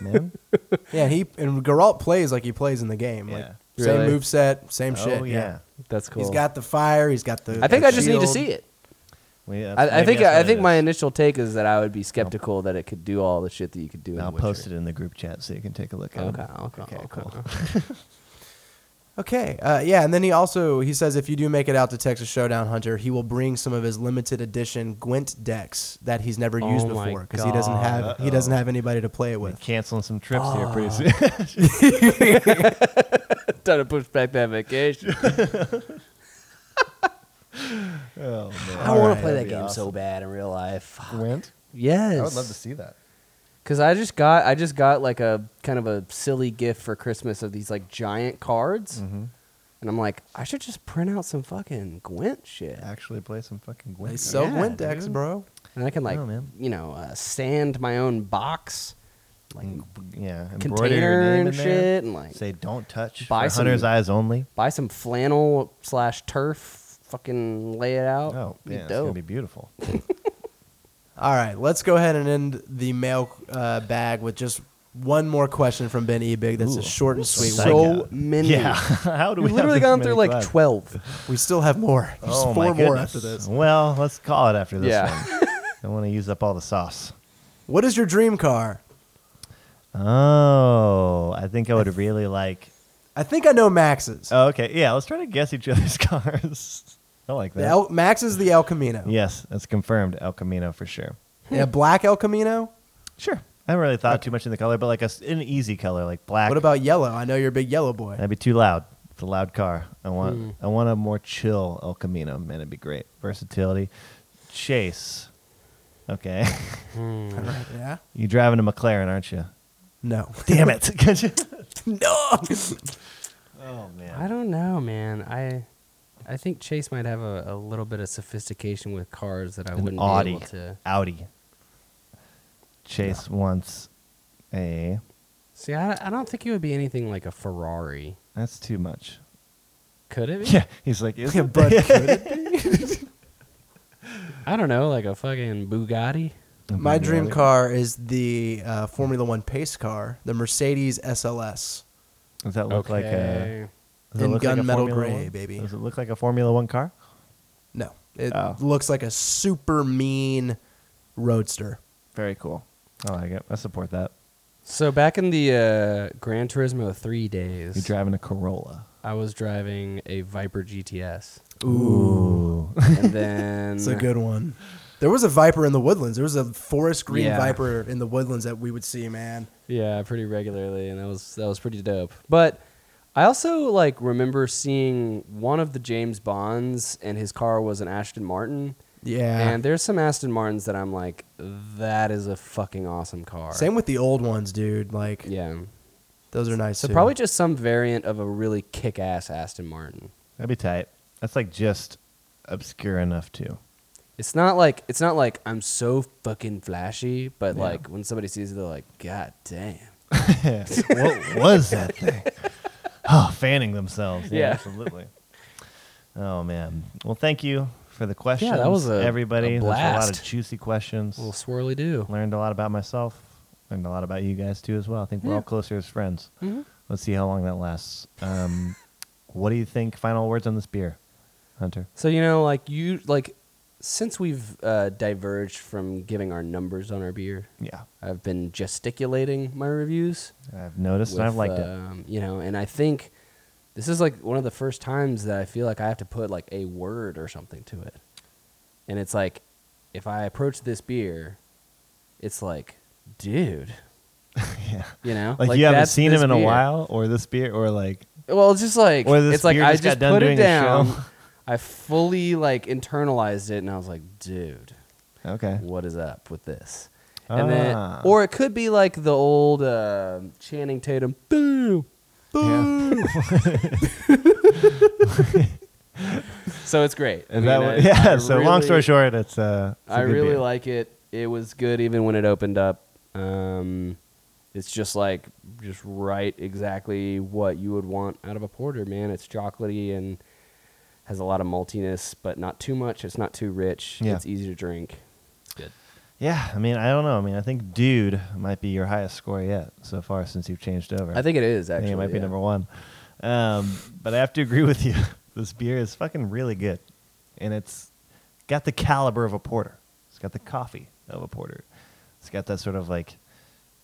Speaker 3: man.
Speaker 4: Oh,
Speaker 5: Yeah, he and Geralt plays like he plays in the game. Like
Speaker 4: Yeah.
Speaker 5: same
Speaker 4: Really?
Speaker 5: move set, same
Speaker 3: oh
Speaker 5: shit.
Speaker 3: yeah.
Speaker 4: That's cool.
Speaker 5: He's got the fire. He's got the.
Speaker 4: I think
Speaker 5: the
Speaker 4: I just need to
Speaker 5: shield.
Speaker 4: see it.
Speaker 3: We, uh,
Speaker 4: I, I
Speaker 3: maybe
Speaker 4: think
Speaker 3: that's
Speaker 4: I,
Speaker 3: what it
Speaker 4: think
Speaker 3: is.
Speaker 4: my initial take is that I would be skeptical that it could do all the shit that you could do. in
Speaker 3: I'll
Speaker 4: The Witcher.
Speaker 3: post it in the group chat so you can take a look at
Speaker 4: Okay,
Speaker 3: it.
Speaker 4: okay, okay,
Speaker 3: cool.
Speaker 5: Okay. Uh, yeah, and then he also he says if you do make it out to Texas Showdown Hunter, he will bring some of his limited edition Gwent decks that he's never
Speaker 4: Oh
Speaker 5: used
Speaker 4: my
Speaker 5: before because he doesn't
Speaker 4: God.
Speaker 5: have he doesn't have anybody to play it
Speaker 3: We're
Speaker 5: with.
Speaker 3: canceling some trips here
Speaker 4: Oh,
Speaker 3: pretty soon.
Speaker 4: Time to push back that vacation.
Speaker 3: (laughs) oh man,
Speaker 4: (laughs) I want
Speaker 5: right,
Speaker 4: to play
Speaker 3: that'd
Speaker 4: that
Speaker 3: be
Speaker 4: game so
Speaker 3: awesome.
Speaker 4: bad in real life.
Speaker 3: Gwent.
Speaker 4: Yes,
Speaker 3: I would love to see that.
Speaker 4: Cause I just got I just got like a kind of a silly gift for Christmas of these like giant cards,
Speaker 3: Mm.
Speaker 4: and I'm like, I should just print out some fucking Gwent shit,
Speaker 3: Actually, play some fucking Gwent.
Speaker 5: They sell
Speaker 4: Yeah,
Speaker 5: Gwent decks, bro.
Speaker 4: and I can like
Speaker 3: Oh, man.
Speaker 4: you know uh, sand my own box, like
Speaker 3: Yeah, Mm. embroider your
Speaker 4: Mm. container
Speaker 3: name
Speaker 4: and
Speaker 3: in
Speaker 4: shit,
Speaker 3: there.
Speaker 4: and like
Speaker 3: Say don't touch.
Speaker 4: Buy
Speaker 3: for hunter's
Speaker 4: some-
Speaker 3: eyes only.
Speaker 4: buy some flannel slash turf, fucking lay it out.
Speaker 3: Oh,
Speaker 4: Be
Speaker 3: yeah, it's gonna
Speaker 4: dope.
Speaker 3: be beautiful.
Speaker 5: All right, let's go ahead and end the mail uh, bag with just one more question from Ben Ebig. That's
Speaker 3: Ooh.
Speaker 5: a short and sweet
Speaker 3: Psycho.
Speaker 5: one.
Speaker 4: so many.
Speaker 3: Yeah, (laughs) how do we?
Speaker 4: We've literally gone through like
Speaker 3: twelve.
Speaker 4: twelve.
Speaker 5: We still have more. There's
Speaker 3: Oh,
Speaker 5: four
Speaker 3: my
Speaker 5: more
Speaker 3: goodness.
Speaker 5: after this.
Speaker 3: Well, let's call it after (laughs) this
Speaker 4: Yeah. (laughs)
Speaker 3: one. I want to use up all the sauce.
Speaker 5: What is your dream car?
Speaker 3: Oh, I think I would really like.
Speaker 5: I think I know Max's.
Speaker 3: Oh, okay. Yeah, let's try to guess each other's (laughs) cars. I like
Speaker 5: the
Speaker 3: that.
Speaker 5: El, Max is the El Camino.
Speaker 3: yes, that's confirmed. El Camino for sure.
Speaker 5: Yeah, black El Camino.
Speaker 3: Sure. I haven't really thought too much in the color, but like a s an easy color, like black.
Speaker 5: What about yellow? I know you're a big yellow boy.
Speaker 3: That'd be too loud. It's a loud car. I want.
Speaker 4: Hmm.
Speaker 3: I want a more chill El Camino. Man, it'd be great. Versatility. Chase. Okay. (laughs)
Speaker 4: Hmm.
Speaker 5: Yeah.
Speaker 3: you driving a McLaren, aren't you?
Speaker 5: (laughs) No.
Speaker 3: Damn it. (laughs)
Speaker 4: (laughs)
Speaker 5: no.
Speaker 3: oh man.
Speaker 4: I don't know, man. I I think Chase might have a, a little bit of sophistication with cars that I
Speaker 3: an
Speaker 4: wouldn't
Speaker 3: Audi.
Speaker 4: be able to.
Speaker 3: Audi. Chase wants a.
Speaker 4: See, I, I don't think it would be anything like a Ferrari.
Speaker 3: That's too much.
Speaker 4: Could it be?
Speaker 3: Yeah, he's
Speaker 4: (laughs)
Speaker 3: like, is it? (laughs)
Speaker 5: but could it be?
Speaker 4: I don't know, like a fucking Bugatti.
Speaker 5: my dream car is the uh, Formula One pace car, the Mercedes SLS.
Speaker 3: Does that look like uh, a?
Speaker 4: Okay.
Speaker 3: Does it
Speaker 5: In
Speaker 3: look like a
Speaker 5: gunmetal
Speaker 3: Formula
Speaker 5: gray,
Speaker 3: One?
Speaker 5: baby.
Speaker 3: Does it look like a Formula One car?
Speaker 5: No, it
Speaker 3: Oh.
Speaker 5: looks like a super mean roadster.
Speaker 3: Very cool. I like it. I support that.
Speaker 4: So back in the uh, Gran Turismo three days,
Speaker 3: You're driving a Corolla.
Speaker 4: I was driving a Viper GTS,
Speaker 3: Ooh.
Speaker 4: and
Speaker 3: (laughs)
Speaker 4: then
Speaker 5: It's a good one. There was a Viper in the woodlands. There was a forest green
Speaker 4: Yeah.
Speaker 5: Viper in the woodlands that we would see, man.
Speaker 4: Yeah, pretty regularly, and that was that was pretty dope. But I also like remember seeing one of the James Bonds, and his car was an Aston Martin.
Speaker 5: Yeah.
Speaker 4: And there's some Aston Martins that I'm like, that is a fucking awesome car.
Speaker 5: Same with the old ones, dude. Like
Speaker 4: yeah.
Speaker 5: those are nice.
Speaker 4: So
Speaker 5: too.
Speaker 4: probably just some variant of a really kick-ass Aston Martin.
Speaker 3: That'd be tight. That's like just obscure enough (laughs) too.
Speaker 4: It's not like it's not like I'm so fucking flashy, but like when somebody sees it, they're like, God damn.
Speaker 3: what was that thing? Oh, fanning themselves. Yeah,
Speaker 4: Yeah.
Speaker 3: absolutely. Oh man. Well, thank you for the questions.
Speaker 4: that was a-
Speaker 3: everybody.
Speaker 4: a
Speaker 3: There's a lot
Speaker 4: blast.
Speaker 3: of juicy questions.
Speaker 4: little swirly do.
Speaker 3: Learned a lot about myself. Learned a lot about you guys too as well. I think we're all closer as friends. Let's see how long that lasts. Um, what do you think? Final words on this beer, Hunter.
Speaker 4: So you know, like you like since we've uh, diverged from giving our numbers on our beer,
Speaker 3: Yeah,
Speaker 4: I've been gesticulating my reviews.
Speaker 3: I've noticed and I've
Speaker 4: with,
Speaker 3: liked it.
Speaker 4: um, You know, and I think this is like one of the first times that I feel like I have to put like a word or something to it. And it's like, if I approach this beer, it's like, dude,
Speaker 3: (laughs) yeah,
Speaker 4: you know,
Speaker 3: like, you haven't
Speaker 4: that's
Speaker 3: seen him
Speaker 4: this
Speaker 3: in a
Speaker 4: beer.
Speaker 3: while, or this beer, or like
Speaker 4: Well, it's just like
Speaker 3: Or this
Speaker 4: it's like
Speaker 3: beer
Speaker 4: I
Speaker 3: just
Speaker 4: just,
Speaker 3: got done
Speaker 4: put it
Speaker 3: doing a show. (laughs)
Speaker 4: down. (laughs) I fully like internalized it, and I was like, dude,
Speaker 3: okay.
Speaker 4: what is up with this? And then,
Speaker 3: Ah.
Speaker 4: or it could be like the old uh, Channing Tatum, boo,
Speaker 3: Yeah.
Speaker 4: (laughs) So it's great. I
Speaker 3: Is that
Speaker 4: mean,
Speaker 3: what- (laughs)
Speaker 4: I-
Speaker 3: yeah.
Speaker 4: I
Speaker 3: so long story
Speaker 4: really-
Speaker 3: short, it's uh, it's a
Speaker 4: I
Speaker 3: good
Speaker 4: really
Speaker 3: beer.
Speaker 4: like it. It was good even when it opened up. Um, it's just like just right exactly what you would want out of a porter, man. It's chocolatey and has a lot of maltiness, but not too much. It's not too rich.
Speaker 3: Yeah.
Speaker 4: It's easy to drink. It's good.
Speaker 3: Yeah, I mean, I don't know. I mean, I think dude might be your highest score yet so far since you've changed over.
Speaker 4: I think it is
Speaker 3: I
Speaker 4: actually.
Speaker 3: think it might be
Speaker 4: yeah.
Speaker 3: number one. Um, but I have to agree with (laughs) you. This beer is fucking really good, and it's got the caliber of a porter. It's got the coffee of a porter. It's got that sort of like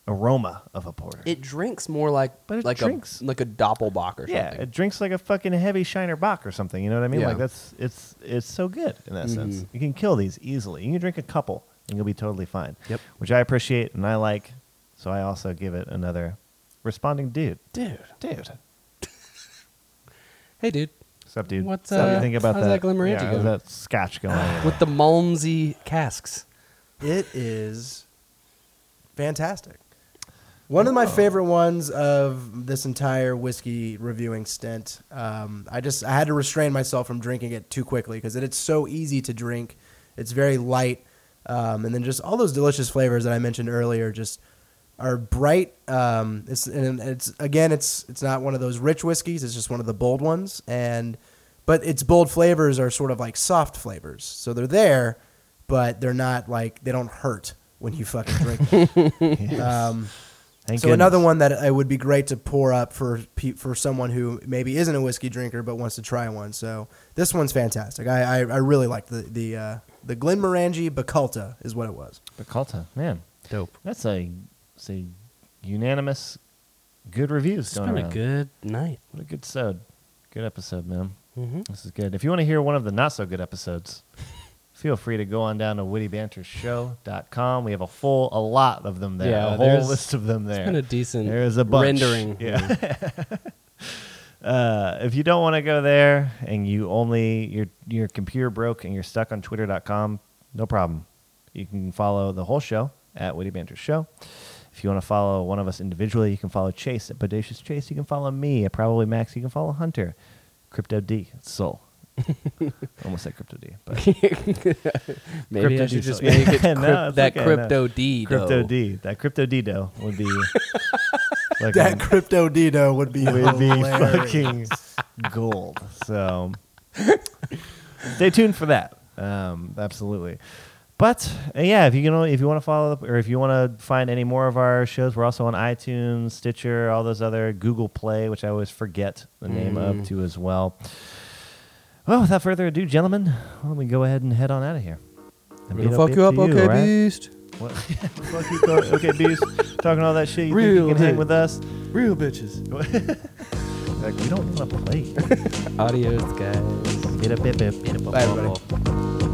Speaker 3: aroma of a porter.
Speaker 4: It drinks more like
Speaker 3: But it
Speaker 4: like
Speaker 3: drinks-
Speaker 4: a like a doppelbock or
Speaker 3: yeah,
Speaker 4: something.
Speaker 3: it drinks like a fucking heavy Shiner Bock or something. You know what I mean?
Speaker 4: Yeah.
Speaker 3: Like that's it's it's so good in that sense.
Speaker 4: Mhm.
Speaker 3: You can kill these easily. You can drink a couple and you'll be totally fine.
Speaker 4: Yep.
Speaker 3: Which I appreciate and I like. So I also give it another responding dude.
Speaker 4: dude.
Speaker 3: Dude.
Speaker 4: Hey, dude.
Speaker 3: What's up, dude?
Speaker 4: What's,
Speaker 3: what do
Speaker 4: uh,
Speaker 3: you think about
Speaker 4: how's that Glenmorangie
Speaker 3: yeah, how's
Speaker 4: going?
Speaker 3: that scotch
Speaker 4: (sighs)
Speaker 3: going?
Speaker 4: With the Malmsey casks.
Speaker 5: It is fantastic. One of my favorite ones of this entire whiskey reviewing stint. Um, I just I had to restrain myself from drinking it too quickly because it, it's so easy to drink. It's very light, um, and then just all those delicious flavors that I mentioned earlier just are bright. Um, it's and it's again it's it's not one of those rich whiskeys. It's just one of the bold ones, and but its bold flavors are sort of like soft flavors, so they're there, but they're not like they don't hurt when you fucking drink. them. um,
Speaker 3: Thank
Speaker 5: so another one that it would be great to pour up for pe- for someone who maybe isn't a whiskey drinker but wants to try one. So this one's fantastic. I I, I really like the the uh, the Glenmorangie Baculta is what it was.
Speaker 3: Baculta, man,
Speaker 4: Dope.
Speaker 3: that's a it's a unanimous good reviews
Speaker 4: It's
Speaker 3: going
Speaker 4: been a
Speaker 3: around.
Speaker 4: good night. (laughs)
Speaker 3: What a good episode. Good episode, man.
Speaker 4: Mm-hmm.
Speaker 3: This is good. If you want to hear one of the not so good
Speaker 4: (laughs)
Speaker 3: episodes, feel free to go on down to wittybantershow.com. We have a full, a lot of them there.
Speaker 4: Yeah,
Speaker 3: a whole
Speaker 4: there's-
Speaker 3: list of them there.
Speaker 4: It's been a decent
Speaker 3: There is a bunch.
Speaker 4: rendering.
Speaker 3: Yeah. (laughs) uh, if you don't want to go there and you only your your computer broke and you're stuck on twitter.com, no problem. You can follow the whole show at Witty Banter Show. If you want to follow one of us individually, you can follow Chase at Bodacious Chase. You can follow me at Probably Max. You can follow Hunter, Crypto D,
Speaker 4: (laughs)
Speaker 3: Soul. Almost said Crypto D, but
Speaker 4: Maybe
Speaker 3: Crypto
Speaker 4: I should
Speaker 3: Diesel,
Speaker 4: just
Speaker 3: yeah. (laughs)
Speaker 4: make it
Speaker 3: No,
Speaker 4: cryp-
Speaker 3: it's
Speaker 4: that
Speaker 3: okay, no.
Speaker 4: crypto D.
Speaker 3: Crypto D. That Crypto Dido would
Speaker 4: (laughs)
Speaker 3: be like
Speaker 5: That
Speaker 3: a-
Speaker 5: crypto Dino would be
Speaker 3: would be
Speaker 5: hilarious.
Speaker 3: fucking gold. So stay tuned for that. Um, absolutely. But uh, yeah, if you can, only- if you want to follow up, or if you want to find any more of our shows, we're also on iTunes, Stitcher, all those other Google Play, which I always forget the name
Speaker 4: Mm-hmm.
Speaker 3: of too as well. Well, without further ado, gentlemen, why don't we go ahead and head on out of here? And
Speaker 4: Gonna
Speaker 3: beat
Speaker 4: fuck
Speaker 3: beat
Speaker 4: you up,
Speaker 3: to
Speaker 4: okay,
Speaker 3: right?
Speaker 4: beast.
Speaker 3: What? Fuck you, thought- okay, beast. Talking all that shit. You
Speaker 4: Real
Speaker 3: think you can hang
Speaker 4: dude.
Speaker 3: with us?
Speaker 4: Real bitches.
Speaker 3: Like, we don't want to play.
Speaker 4: Adios, guys.
Speaker 3: Bit a bit, bit, bit a bit.
Speaker 5: Bye, everybody.
Speaker 4: Bubble.